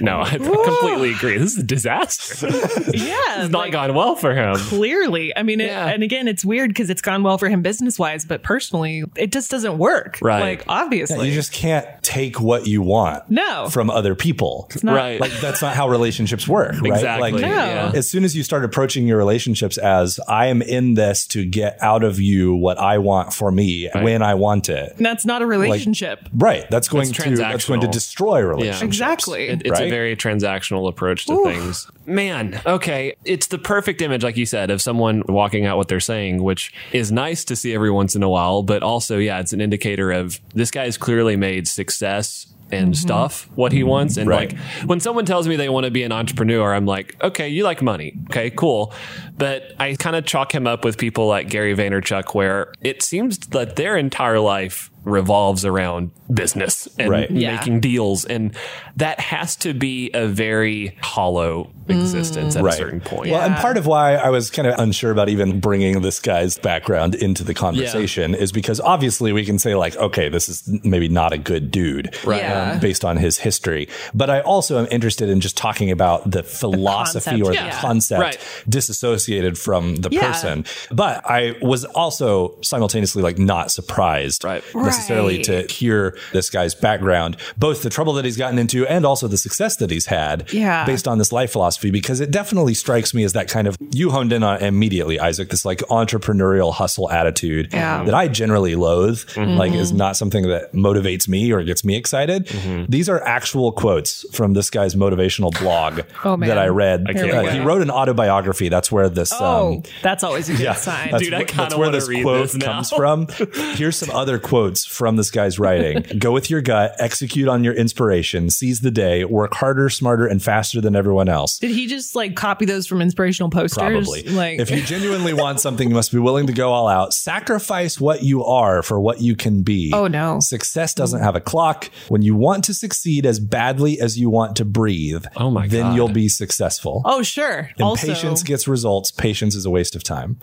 no, I completely agree. This is a disaster.
yeah,
it's not gone well for him.
clearly, I mean, it, and again, it's weird because it's gone well for him business wise, but personally, it just doesn't work.
Right.
Like
Yeah,
obviously,
you just can't take what you want
No.
from other people.
It's not- Right.
Like that's not how relationships work, right?
Exactly,
Like
No. yeah.
as soon as you start approaching your relationships as I am in this to get out of you what I want for me when I want it.
that's not a relationship.
Right. That's going to that's going to
transactional.
destroy relationships.
Yeah.
Exactly.
It- it's
Right?
a very transactional approach to
Oof.
things. Man, okay. It's the perfect image, like you said, of someone walking out what they're saying, which is nice to see every once in a while, but also, yeah, it's an indicator of this guy's clearly made success and stuff what he wants and
Right.
like when someone tells me they want to be an entrepreneur i'm like okay you like money okay cool but i kind of chalk him up with people like gary vaynerchuk where it seems that their entire life revolves around business and
Right.
making
Yeah.
making deals and that has to be a very hollow existence at
Right.
a certain point
Well, and part of why I was kind of unsure about even bringing this guy's background into the conversation is because obviously we can say like, okay, this is maybe not a good dude,
Right.
um,
Yeah.
based on his history. But I also am interested in just talking about the philosophy
concept,
or
yeah.
the concept
Right.
disassociated from the
Yeah.
person. But I was also simultaneously like not surprised necessarily
Right.
to hear this guy's background, both the trouble that he's gotten into and also the success that he's had
Yeah.
based on this life philosophy because it definitely strikes me as that kind of you honed in on immediately isaac this like entrepreneurial hustle attitude
Yeah. Mm-hmm.
that i generally loathe
Mhm.
like is not something that motivates me or gets me excited
Mm-hmm.
these are actual quotes from this guy's motivational blog
Oh, man.
that i read
I can't
Uh,
wait.
he wrote an autobiography that's where this
oh,
um
that's always a good
yeah,
sign,
that's, wh- that's where this quote comes from. Here's some other quotes from this guy's writing: "Go with your gut, execute on your inspiration, seize the day, work harder, smarter, and faster than everyone else."
Did he just like copy those from inspirational posters?
Probably.
Like,
if you genuinely want something, you must be willing to go all out. Sacrifice what you are for what you can be.
Oh, no.
Success doesn't have a clock. When you want to succeed as badly as you want to breathe, oh my then you'll be successful.
oh sure. also,
Impatience gets results. Patience is a waste of time.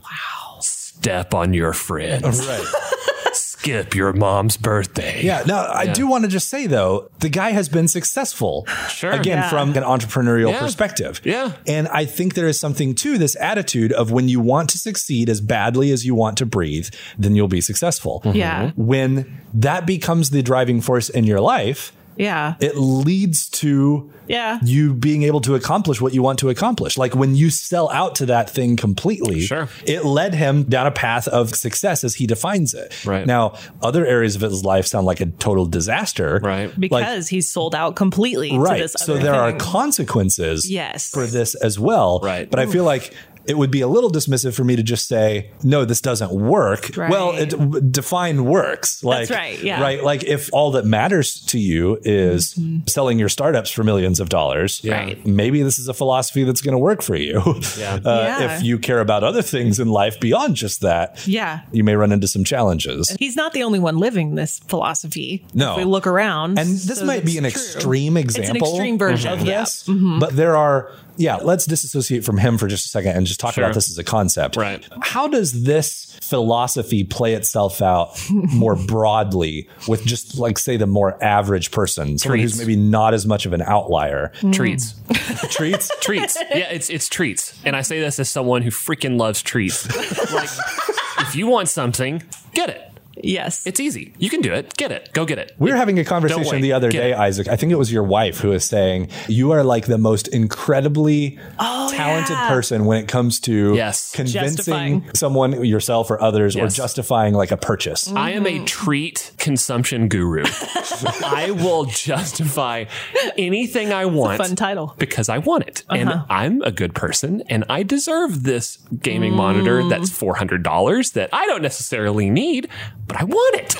step on your friends
right
skip your mom's birthday
Yeah. No, I do want to just say though, the guy has been successful.
Sure.
Again,
Yeah.
from an entrepreneurial
Yeah.
perspective.
Yeah.
And I think there is something to this attitude of when you want to succeed as badly as you want to breathe, then you'll be successful.
Mm-hmm. Yeah.
When that becomes the driving force in your life,
yeah,
it leads to
yeah.
you being able to accomplish what you want to accomplish. Like when you sell out to that thing completely, it led him down a path of success as he defines it.
Right.
Now, other areas of his life sound like a total disaster. Right.
because he's sold out completely
right.
to this
so
other
there are
thing.
consequences
Yes.
for this as well. Right. But I feel like it would be a little dismissive for me to just say, no, this doesn't work.
Right.
Well, it, w- define works. Like,
That's right, yeah.
Right. Like if all that matters to you is
Mm-hmm.
selling your startups for millions of dollars,
Right.
maybe this is a philosophy that's going to work for you.
Yeah.
Uh,
Yeah.
If you care about other things in life beyond just that,
yeah.
you may run into some challenges.
He's not the only one living this philosophy.
No.
If we look around.
And this
so
might be an
that's true.
extreme example
It's an extreme version
of
Mm-hmm.
yeah.
this,
Mhm.
but there are yeah, let's disassociate from him for just a second and just talk
Sure.
about this as a concept.
Right.
How does this philosophy play itself out more broadly with just like say the more average person, someone who's
Treats.
maybe not as much of an outlier?
Treats.
treats?
treats. Yeah, it's it's treats. And I say this as someone who freaking loves treats. like if you want something, get it.
Yes.
It's easy. You can do it. Get it. Go get it.
We were having a conversation
wait.
the other
Get
day,
it.
Isaac. I think it was your wife who was saying, You are like the most incredibly
Oh,
talented person when it comes to convincing
Justifying.
someone, yourself or others,
Yes.
or justifying like a purchase.
I am a treat consumption guru. I will justify anything I want.
fun title.
Because I want it. And
Uh-huh.
I'm a good person and I deserve this gaming monitor that's $400 that I don't necessarily need, but I want it.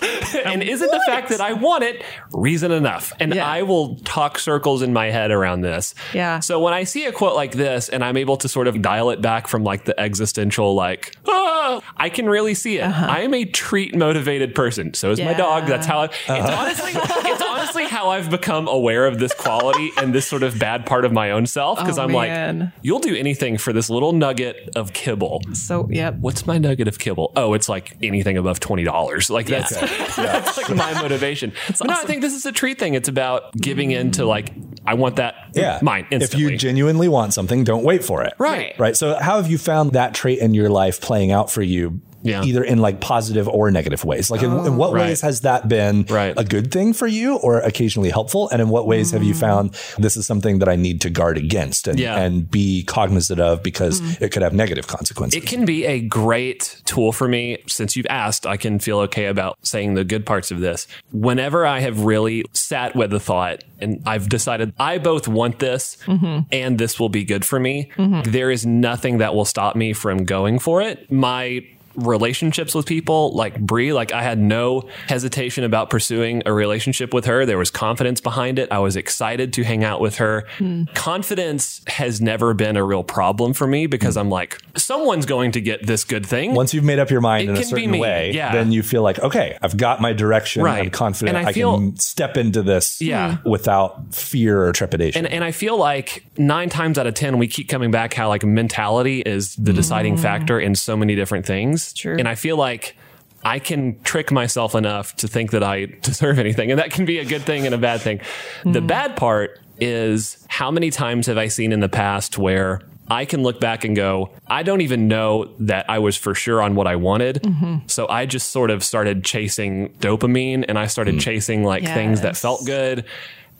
and isn't the fact that I want it reason enough? And I will talk circles in my head around this.
Yeah.
So when I see a quote like this and I'm able to sort of dial it back from like the existential, like, ah, I can really see it.
Uh-huh.
I am a treat motivated person. So is my dog. That's how I, it's honestly, it's honestly how I've become aware of this quality and this sort of bad part of my own self. Cause
Oh,
I'm
man.
like, you'll do anything for this little nugget of kibble.
So, yep.
What's my nugget of kibble? Oh, it's like anything above $20. Like
Yeah.
that's,
Okay.
that's like my motivation. But No, I think this is a treat thing. It's about giving in to like, I want that.
Yeah.
Mine.
If you genuinely want something, don't wait for it.
Right.
Right. So, how have you found that trait in your life playing out for you?
Yeah. Oh,
Either in like positive or negative ways. Like, in, in what
Right.
ways has that been a good thing for you or occasionally helpful? And in what ways have you found this is something that I need to guard against and,
Yeah. Mm-hmm.
and be cognizant of because it could have negative consequences?
It can be a great tool for me. Since you've asked, I can feel okay about saying the good parts of this. Whenever I have really sat with a thought and I've decided I both want this
Mhm.
and this will be good for me,
Mhm.
there is nothing that will stop me from going for it. My relationships with people like Bree, like I had no hesitation about pursuing a relationship with her. There was confidence behind it. I was excited to hang out with her. Confidence has never been a real problem for me because I'm like, someone's going to get this good thing.
Once you've made up your
It
mind in a
can be
certain
me.
way,
Yeah.
then you feel like, okay, I've got my direction. I'm
Right.
confident
And
I,
I feel-
can step into this
Yeah.
without fear or trepidation.
And, and I feel like nine times out of 10, we keep coming back how like mentality is the deciding factor in so many different things. True. And I feel like I can trick myself enough to think that I deserve anything. And that can be a good thing and a bad thing. The bad part is how many times have I seen in the past where I can look back and go, I don't even know that I was for sure on what I wanted. So I just sort of started chasing dopamine and I started chasing like things that
Yes.
felt good.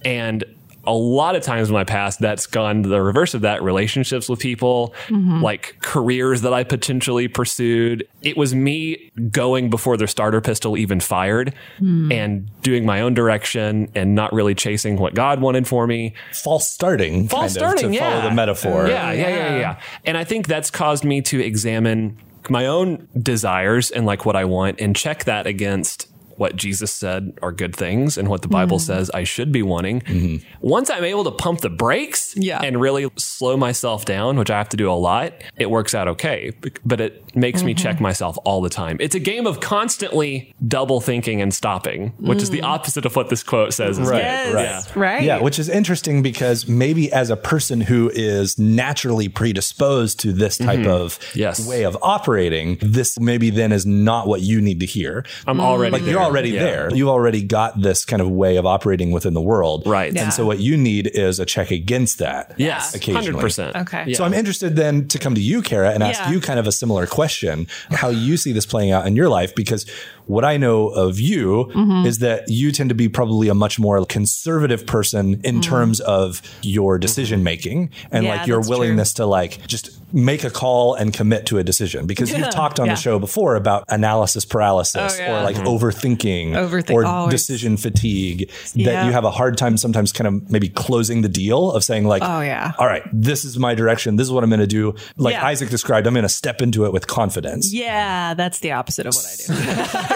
And a lot of times in my past, that's gone the reverse of that. Relationships with people,
Mhm.
like careers that I potentially pursued. It was me going before the starter pistol even fired
Hmm.
and doing my own direction and not really chasing what God wanted for me.
False starting.
False
kind of,
starting,
to
yeah.
follow the metaphor.
Yeah, yeah, yeah, yeah, yeah. And I think that's caused me to examine my own desires and like what I want and check that against what Jesus said are good things and what the Bible
Mm-hmm.
says I should be wanting. Once I'm able to pump the brakes and really slow myself down, which I have to do a lot, it works out okay. B- But it makes
Mm-hmm.
me check myself all the time. It's a game of constantly double thinking and stopping, which is the opposite of what this quote says. is
Right,
good.
Mm. right.
Yeah.
Right.
Yeah, which is interesting because maybe as a person who is naturally predisposed to this type
Mhm.
of
Yes.
way of operating, this maybe then is not what you need to hear.
I'm already
Mm. like you're
there.
already
Yeah.
there. You've already got this kind of way of operating within the world, right?
Yeah.
And so what you need is a check against that.
Yes,
occasionally.
100%. Okay.
So I'm interested then to come to you, Kara, and ask
Yeah.
you kind of a similar question: how you see this playing out in your life? Because what I know of you
Mhm.
is that you tend to be probably a much more conservative person in terms of your decision making and
Mm-hmm. Yeah,
like your
that's true.
willingness to like just make a call and commit to a decision. Because
Yeah.
you've talked on
Yeah.
the show before about analysis paralysis
Oh, yeah.
or like
Mhm.
overthinking,
Overthink-
or
always.
decision fatigue that
Yeah.
you have a hard time sometimes kind of maybe closing the deal of saying like
Oh, yeah.
all right, this is my direction. This is what I'm going to do. Like
Yeah.
Isaac described, I'm going to step into it with confidence.
Yeah, that's the opposite of what I do.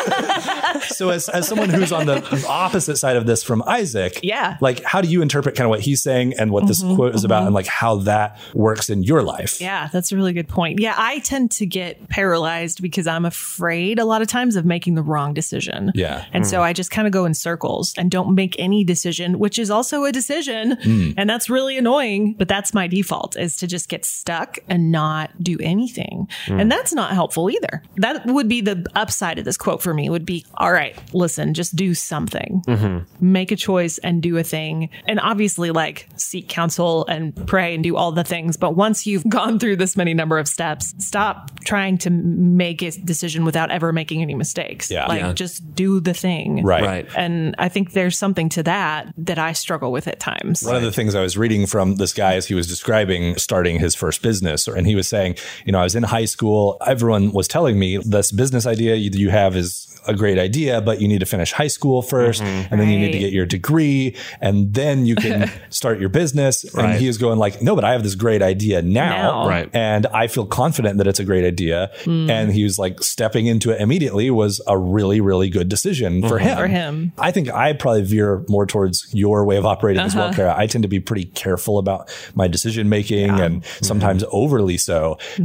so as, as someone who's on the opposite side of this from Isaac,
Yeah.
like how do you interpret kind of what he's saying and what this
Mhm,
quote is about
mhm.
and like how that works in your life?
Yeah, that's a really good point. Yeah, I tend to get paralyzed because I'm afraid a lot of times of making the wrong decision.
Yeah.
And so
Mm.
I just kind of go in circles and don't make any decision, which is also a decision.
Mm.
And that's really annoying, but that's my default is to just get stuck and not do anything.
Mm.
And that's not helpful either. That would be the upside of this quote for me would be, all right, listen, just do something
Mm-hmm.
make a choice and do a thing and obviously like seek counsel and pray and do all the things but once you've gone through this many number of steps stop trying to make a decision without ever making any mistakes
Yeah.
like
Yeah.
just do the thing
Right. Right.
and i think there's something to that that i struggle with at times
One of the things I was reading from this guy as he was describing starting his first business, and he was saying, you know, I was in high school. Everyone was telling me this business idea you- you have is a great idea, but you need to finish high school 1st and then you need to
Right.
get your degree, and then you can start your business.
Right.
And he was going like, no, but I have this great idea now,
Now. Right.
and I feel confident that it's a great idea.
Mm.
And he was like, stepping into it immediately was a really, really good decision for
Mhm.
him.
For him.
I think I probably veer more towards your way of operating as well,
Uh-huh.
Kara. I tend to be pretty careful about my decision making and sometimes overly so.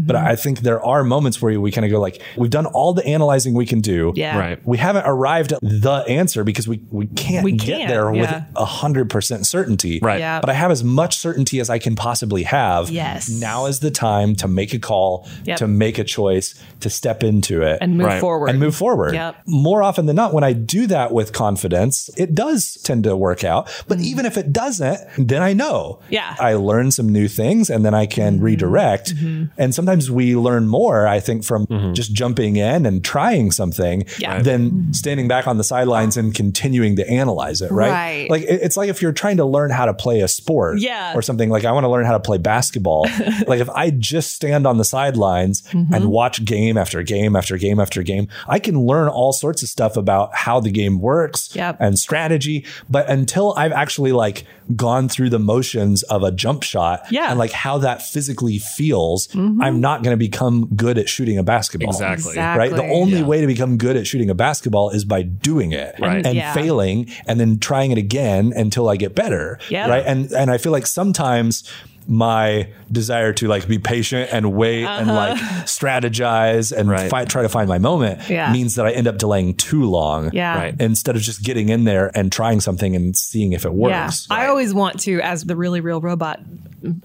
But
Mhm.
I think there are moments where we kind of go like, we've done all the analyzing we can do.
Yeah. Right.
We haven't arrived at the answer because we, we can't
We
get
can't,
there with
yeah.
a hundred percent certainty. Right.
Yeah.
But I have as much certainty as I can possibly have.
Yes.
Now is the time to make a call,
Yep.
to make a choice, to step into it
And move Right. forward.
And move forward
Yep.
more often than not, when I do that with confidence, it does tend to work out. But even if it doesn't, then I know.
Yeah.
I learn some new things and then I can redirect. And sometimes we learn more, I think, from just jumping in and trying something
Yeah.
than standing back on the sidelines and continuing to analyze it, right?
Right.
Like it- it's like if you're trying to learn how to play a sport
Yeah.
or something, like I want to learn how to play basketball. like if I just stand on the sidelines
Mm-hmm.
and watch game after game after game after game, I can learn all sorts of stuff about how the game works
Yep.
and strategy. But until I've actually like gone through the motions of a jump shot
Yeah. Mm-hmm.
and like how that physically feels, I'm not going to become good at shooting a basketball.
Exactly.
Right. The
Exactly.
only way to become good at shooting a basketball is by doing it
Right.
and
Yeah.
failing and then trying it again until I get better.
Yep.
Right. And and I feel like sometimes my desire to like be patient and wait and
Uh-huh.
like strategize and fi- try to find my moment
Yeah.
means that I end up delaying too long
Yeah. Right.
instead of just getting in there and trying something and seeing if it works.
I always want to, as the really real robot,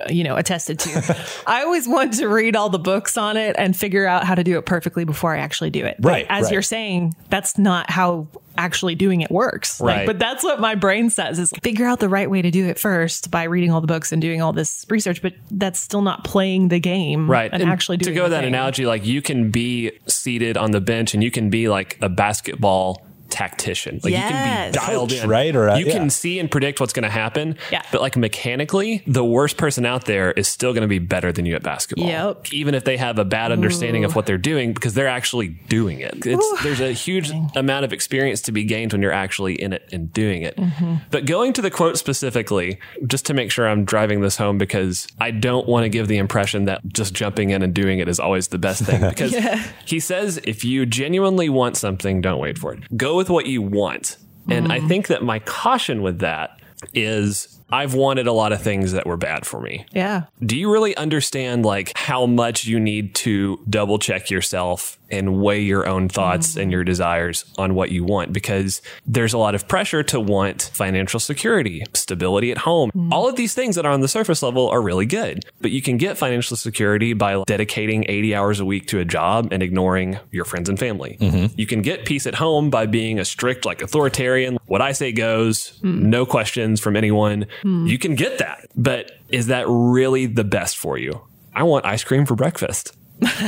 you know, attested to, I always want to read all the books on it and figure out how to do it perfectly before I actually do it. But
Right,
as
right.
you're saying, that's not how actually doing it works. Like,
Right.
but that's what my brain says is figure out the right way to do it first by reading all the books and doing all this research, but that's still not playing the game.
Right.
And,
And
actually
to
doing
go
the
that
thing.
analogy, like you can be seated on the bench and you can be like a basketball tactician. Like you can
Yes.
be dialed
Coach,
in.
right? Or, uh,
you
yeah.
can see and predict what's gonna happen.
Yeah.
But like mechanically, the worst person out there is still gonna be better than you at basketball.
Yep.
Even if they have a bad understanding
Ooh.
of what they're doing because they're actually doing it. It's
Ooh.
there's a huge amount of experience to be gained when you're actually in it and doing it.
Mhm.
But going to the quote specifically, just to make sure I'm driving this home, because I don't want to give the impression that just jumping in and doing it is always the best thing. Because
Yeah.
he says, if you genuinely want something, don't wait for it. Go with what you want. And
Mm-hmm.
I think that my caution with that is I've wanted a lot of things that were bad for me.
Yeah.
Do you really understand like how much you need to double check yourself and weigh your own thoughts and your desires on what you want? Because there's a lot of pressure to want financial security, stability at home. All of these things that are on the surface level are really good, but you can get financial security by like, dedicating 80 hours a week to a job and ignoring your friends and family.
Mm-hmm.
You can get peace at home by being a strict, like authoritarian, what I say goes, no questions from anyone.
Mm.
You can get that, but is that really the best for you? I want ice cream for breakfast.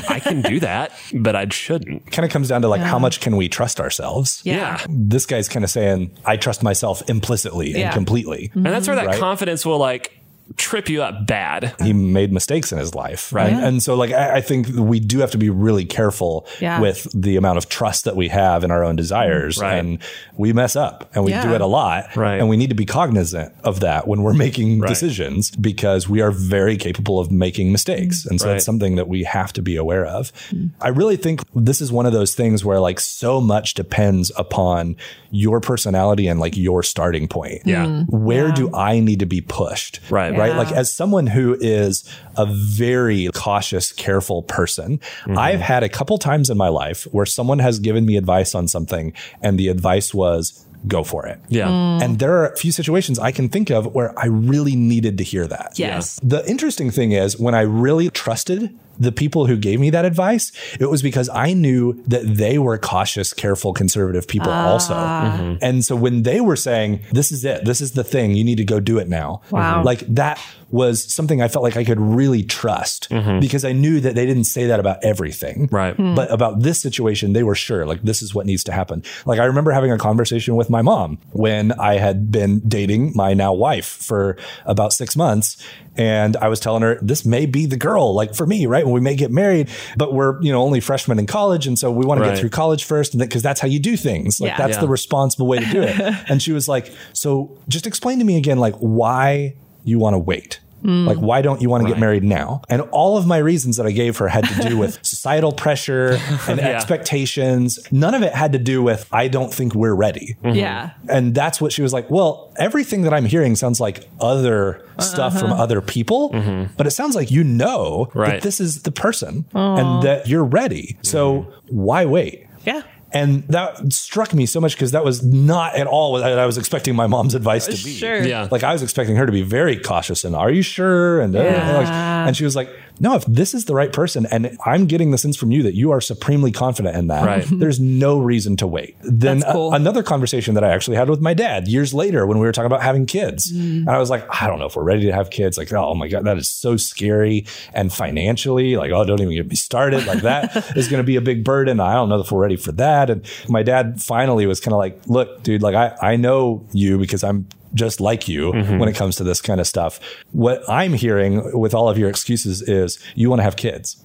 I can do that, but I shouldn't.
kind of comes down to like how
Yeah.
much can we trust ourselves?
Yeah.
This guy's kind of saying, I trust myself implicitly
Yeah.
and completely.
And that's where that
Right?
confidence will like trip you up bad.
He made mistakes in his life, right?
Yeah.
And so, like, I, I think we do have to be really careful
Yeah.
with the amount of trust that we have in our own desires.
Right.
And we mess up and we do
Yeah.
it a lot. Right. And we need to be cognizant of that when we're making
Right.
decisions because we are very capable of making mistakes. And
Mm.
so,
Right. Mm.
it's something that we have to be aware of. I really think this is one of those things where, like, so much depends upon your personality and, like, your starting point.
Yeah. Mm.
Where do I need to be pushed? Right. Right.
Yeah.
Like, as someone who is a very cautious, careful person, I've had a couple times in my life where someone has given me advice on something and the advice was, go for it.
Yeah. Mm.
And there are a few situations I can think of where I really needed to hear that.
Yes.
The interesting thing is when I really trusted the people who gave me that advice, it was because I knew that they were cautious, careful, conservative people also.
Ah. Mhm.
And so when they were saying, this is it, this is the thing, you need to go do it now.
Wow.
Like that was something I felt like I could really trust because I knew that they didn't say that about everything. Right.
Hmm.
But about this situation, they were sure, like, this is what needs to happen. Like, I remember having a conversation with my mom when I had been dating my now wife for about six months. And I was telling her, this may be the girl, like for me, right? When we may get married, but we're, you know, only freshmen in college. And so we want to
Right.
get through college first. And because that's how you do things. Like,
Yeah.
that's
Yeah.
the responsible way to do it. and she was like, so just explain to me again, like, why you want to wait?
Mm.
Like, why don't you want to get married now? And all of my reasons that I gave her had to do with societal pressure and
Yeah.
expectations. None of it had to do with, I don't think we're ready.
Mm-hmm.
Yeah.
And that's what she was like, well, everything that I'm hearing sounds like other stuff from
Uh-huh.
other people, but it sounds like you know that
Mm-hmm. Right.
this is the person
Aw.
and that you're ready.
Mm-hmm.
So why wait?
Yeah.
And that struck me so much because that was not at all what I was expecting my mom's advice to be.
Uh, Sure. Yeah.
Like I was expecting her to be very cautious and are you sure? And, uh,
Yeah.
like- and she was like, no, if this is the right person and I'm getting the sense from you that you are supremely confident in that,
Right.
there's no reason to wait. Then a- another conversation that I actually had with my dad years later when we were talking about having kids.
Mm.
And I was like, I don't know if we're ready to have kids. Like, oh my God, that is so scary. And financially, like, oh, don't even get me started. Like, that is going to be a big burden. I don't know if we're ready for that. And my dad finally was kind of like, look, dude, like, I, I know you because I'm just like you when it comes to this kind of stuff. What I'm hearing with all of your excuses is you want to have kids.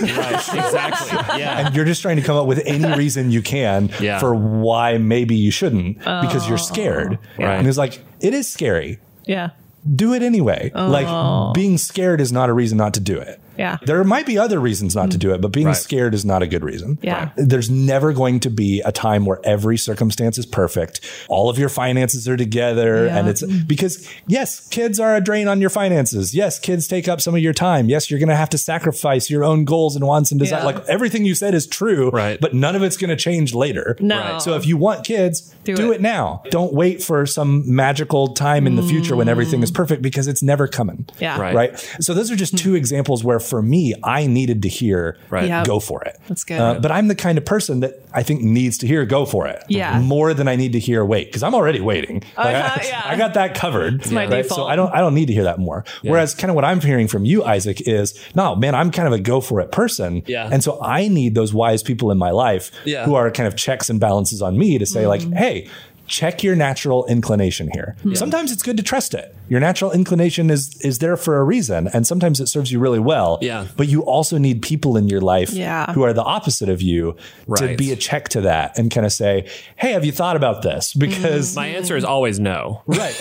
Right. Exactly. Yeah.
And you're just trying to come up with any reason you can
Yeah.
for why maybe you shouldn't because you're
Oh.
scared.
Right.
And it's like, it is scary.
Yeah.
Do it anyway.
Oh.
Like being scared is not a reason not to do it.
Yeah.
There might be other reasons not to do it, but being
Right.
scared is not a good reason.
Yeah. Right.
There's never going to be a time where every circumstance is perfect. All of your finances are together and
Yeah.
it's because yes, kids are a drain on your finances. Yes, kids take up some of your time. Yes, you're going to have to sacrifice your own goals and wants and desires.
Yeah.
Like everything you said is true, right. but none of it's going to change later.
No. Right.
So if you want kids, do, it. now. Don't wait for some magical time in the future when everything is perfect because it's never coming.
Mm. Yeah.
Right. So those are just two examples where for me, I needed to hear
Right. Yep.
go for it.
That's good.
Uh, but I'm the kind of person that I think needs to hear go for it.
Yeah.
More than I need to hear wait, because I'm already waiting. Like,
Uh-huh,
I,
yeah.
I got that covered.
my
So
default.
I don't I don't need to hear that more. Whereas kind of what I'm hearing from you, Isaac, is no, man, I'm kind of a go for it person.
Yeah.
And so I need those wise people in my life
Yeah.
who are kind of checks and balances on me to say, like, hey, check your natural inclination here.
Yeah.
Sometimes it's good to trust it. Your natural inclination is is there for a reason, and sometimes it serves you really well.
Yeah.
But you also need people in your life
Yeah.
who are the opposite of you to
Right.
be a check to that and kind of say, hey, have you thought about this? Because
My answer is always no.
Right.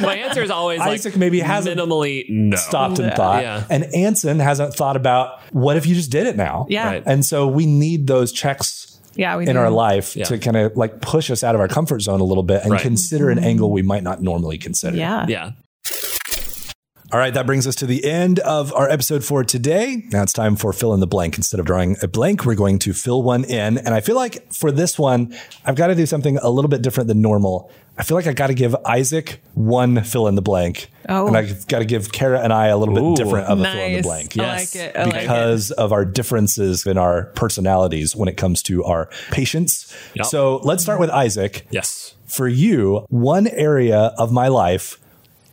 My answer is always
Isaac
like
maybe hasn't
minimally no.
stopped and
Yeah.
thought.
Yeah.
And Anson hasn't thought about what if you just did it now?
Yeah. Right.
And so we need those checks
Yeah, we
in
do.
our life
Yeah.
to kind of like push us out of our comfort zone a little bit and
Right.
consider an angle we might not normally consider.
Mm-hmm. Yeah.
Yeah.
All right, that brings us to the end of our episode for today. Now it's time for fill in the blank. Instead of drawing a blank, we're going to fill one in. And I feel like for this one, I've got to do something a little bit different than normal. I feel like I got to give Isaac one fill in the blank.
Oh.
And I've got to give Kara and I a little bit
Ooh.
different of a fill in the
Nice.
blank.
I Yes. like it. I like it.
because of our differences in our personalities when it comes to our patience.
Yep.
So let's start with Isaac
Yes.
for you one area of my life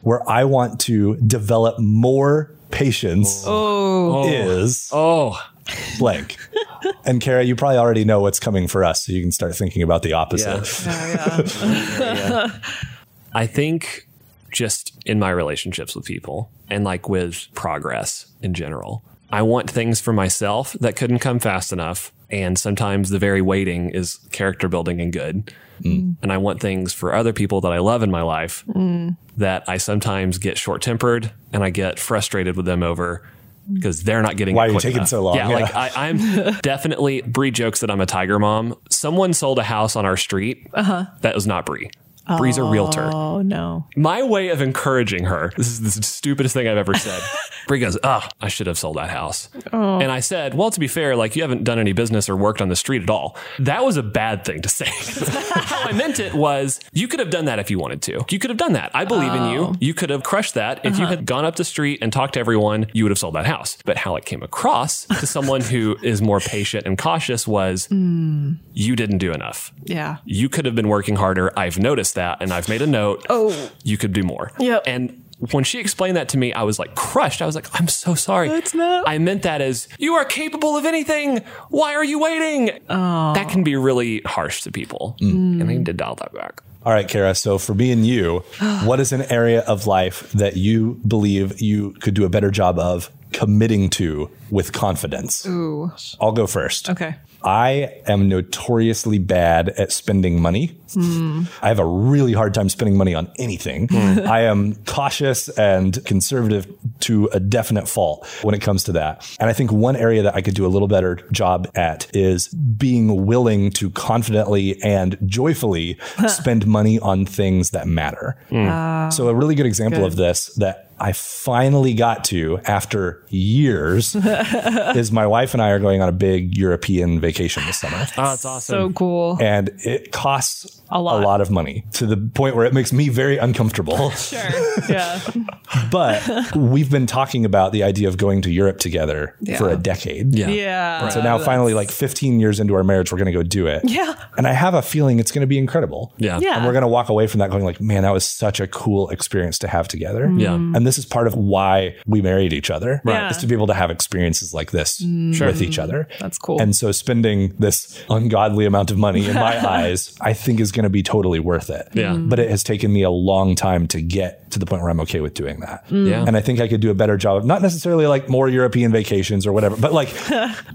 where I want to develop more patience
Oh.
is
Oh.
blank. and Kara, you probably already know what's coming for us, so you can start thinking about the opposite.
I think just in my relationships with people and like with progress in general. I want things for myself that couldn't come fast enough. And sometimes the very waiting is character building and good. And I want things for other people that I love in my life
Mm.
that I sometimes get short tempered and I get frustrated with them over because they're not getting it
Why are you
quick
taking
enough.
so long?
Yeah,
Yeah.
like I, I'm definitely Bree jokes that I'm a tiger mom. Someone sold a house on our street
Uh-huh.
that was not Bree. Bree's a realtor.
Oh no.
My way of encouraging her, this is the stupidest thing I've ever said. Bree goes, Oh, I should have sold that house.
Oh.
And I said, Well, to be fair, like you haven't done any business or worked on the street at all. That was a bad thing to say. How I meant it was you could have done that if you wanted to. You could have done that. I believe in you. You could have crushed that. If you
Oh. Uh-huh.
had gone up the street and talked to everyone, you would have sold that house. But how it came across to someone who is more patient and cautious was
Mm.
you didn't do enough.
Yeah.
You could have been working harder. I've noticed that and I've made a note.
Oh.
You could do more.
Yep.
And when she explained that to me, I was like crushed. I was like, I'm so sorry.
That's not-
I meant that as you are capable of anything. Why are you waiting? That can be really harsh to people. And I need to dial that back.
All right, Kara. So for me and you, what is an area of life that you believe you could do a better job of committing to with confidence?
Ooh.
I'll go first.
Okay.
I am notoriously bad at spending money.
Mm.
I have a really hard time spending money on anything.
Mm.
I am cautious and conservative to a definite fault when it comes to that. And I think one area that I could do a little better job at is being willing to confidently and joyfully spend money on things that matter.
Mm. Ah,
so, a really good example of
good.
this that I finally got to after years is my wife and I are going on a big European vacation this summer.
Oh, it's
So cool.
And it costs
A lot.
of money to the point where it makes me very uncomfortable.
yeah.
but we've been talking about the idea of going to Europe together
Yeah.
for a decade.
Yeah. Yeah.
And so now
That's-
finally, like 15 years into our marriage, we're going to go do it.
Yeah.
And I have a feeling it's going to be incredible.
Yeah.
Yeah.
And we're going to walk away from that going like, man, that was such a cool experience to have together.
Mm-hmm.
Yeah. Mm.
And this is part of why we married each other
Right.
is to be able to have experiences like this
Sure.
with each other.
Mm. That's cool.
And so spending this ungodly amount of money in my eyes, I think is going to be totally worth it.
Yeah. Mm.
But it has taken me a long time to get to the point where I'm okay with doing that.
Mm. Yeah.
And I think I could do a better job of not necessarily like more European vacations or whatever, but like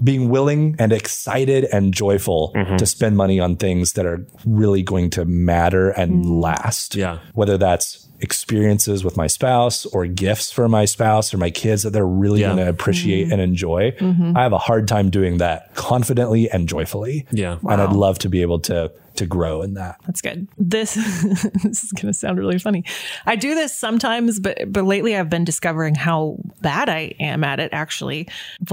being willing and excited and joyful to spend money on things that are really going to matter and
Mm.
last. Yeah. Whether that's experiences with my spouse or gifts for my spouse or my kids that they're really going to
Mm.
appreciate and enjoy.
Mhm.
Mm-hmm.
I have a hard time doing that confidently and joyfully.
Yeah.
And
Wow.
I'd love to be able to to grow in that.
That's good. This this is going to sound really funny. I do this sometimes, but but lately I've been discovering how bad I am at it. Actually,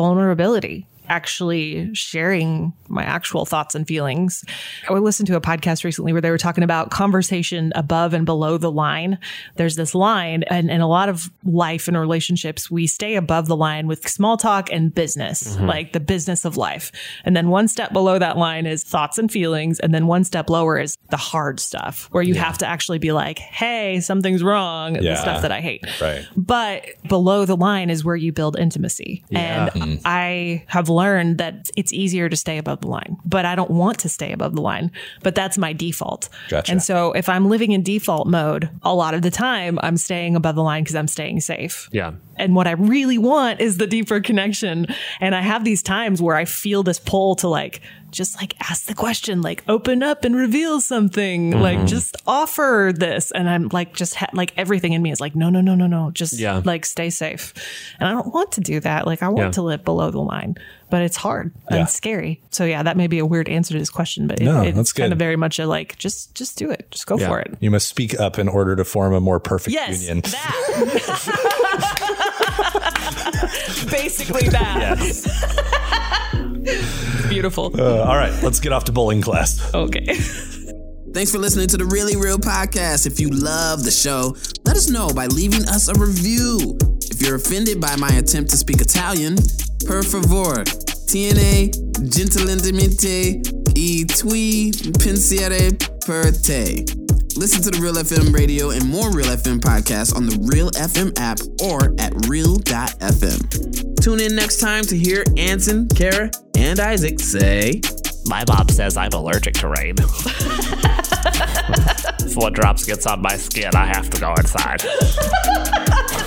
vulnerability. Actually, sharing my actual thoughts and feelings. I listened to a podcast recently where they were talking about conversation above and below the line. There's this line, and in a lot of life and relationships, we stay above the line with small talk and business,
Mm-hmm.
Mhm.
like the business of life. And then one step below that line is thoughts and feelings. And then one step lower is the hard stuff where you have to actually be like, hey, something's wrong, the stuff that I hate.
Right.
But below the line is where you build intimacy.
Yeah.
And
Mm.
I have learned that it's easier to stay above the line, but I don't want to stay above the line. But that's my default.
Gotcha.
And so if I'm living in default mode, a lot of the time I'm staying above the line because I'm staying safe.
Yeah.
And what I really want is the deeper connection. And I have these times where I feel this pull to like, just like ask the question, like open up and reveal something, like
Mhm.
just offer this. And I'm like, just ha- like everything in me is like, no, no, no, no, no, just
Yeah.
like stay safe. And I don't want to do that. Like I want
Yeah.
to live below the line, but it's hard
Yeah.
and scary. So yeah, that may be a weird answer to this question, but it-
No,
it's
that's
kind
good.
of very much a like, just, just do it. Just go
Yeah.
for it.
You must speak up in order to form a more perfect
Yes,
union.
Basically that. Beautiful.
Uh, all right, let's get off to bowling class.
Okay.
Thanks for listening to the Really Real podcast. If you love the show, let us know by leaving us a review. If you're offended by my attempt to speak Italian, per favor, TNA gentilentemente e tui pensiere per te. Listen to the Real FM radio and more Real FM podcasts on the Real FM app or at real.fm. Tune in next time to hear Anson, Kara, and Isaac say,
My mom says I'm allergic to rain. if one drops gets on my skin, I have to go inside.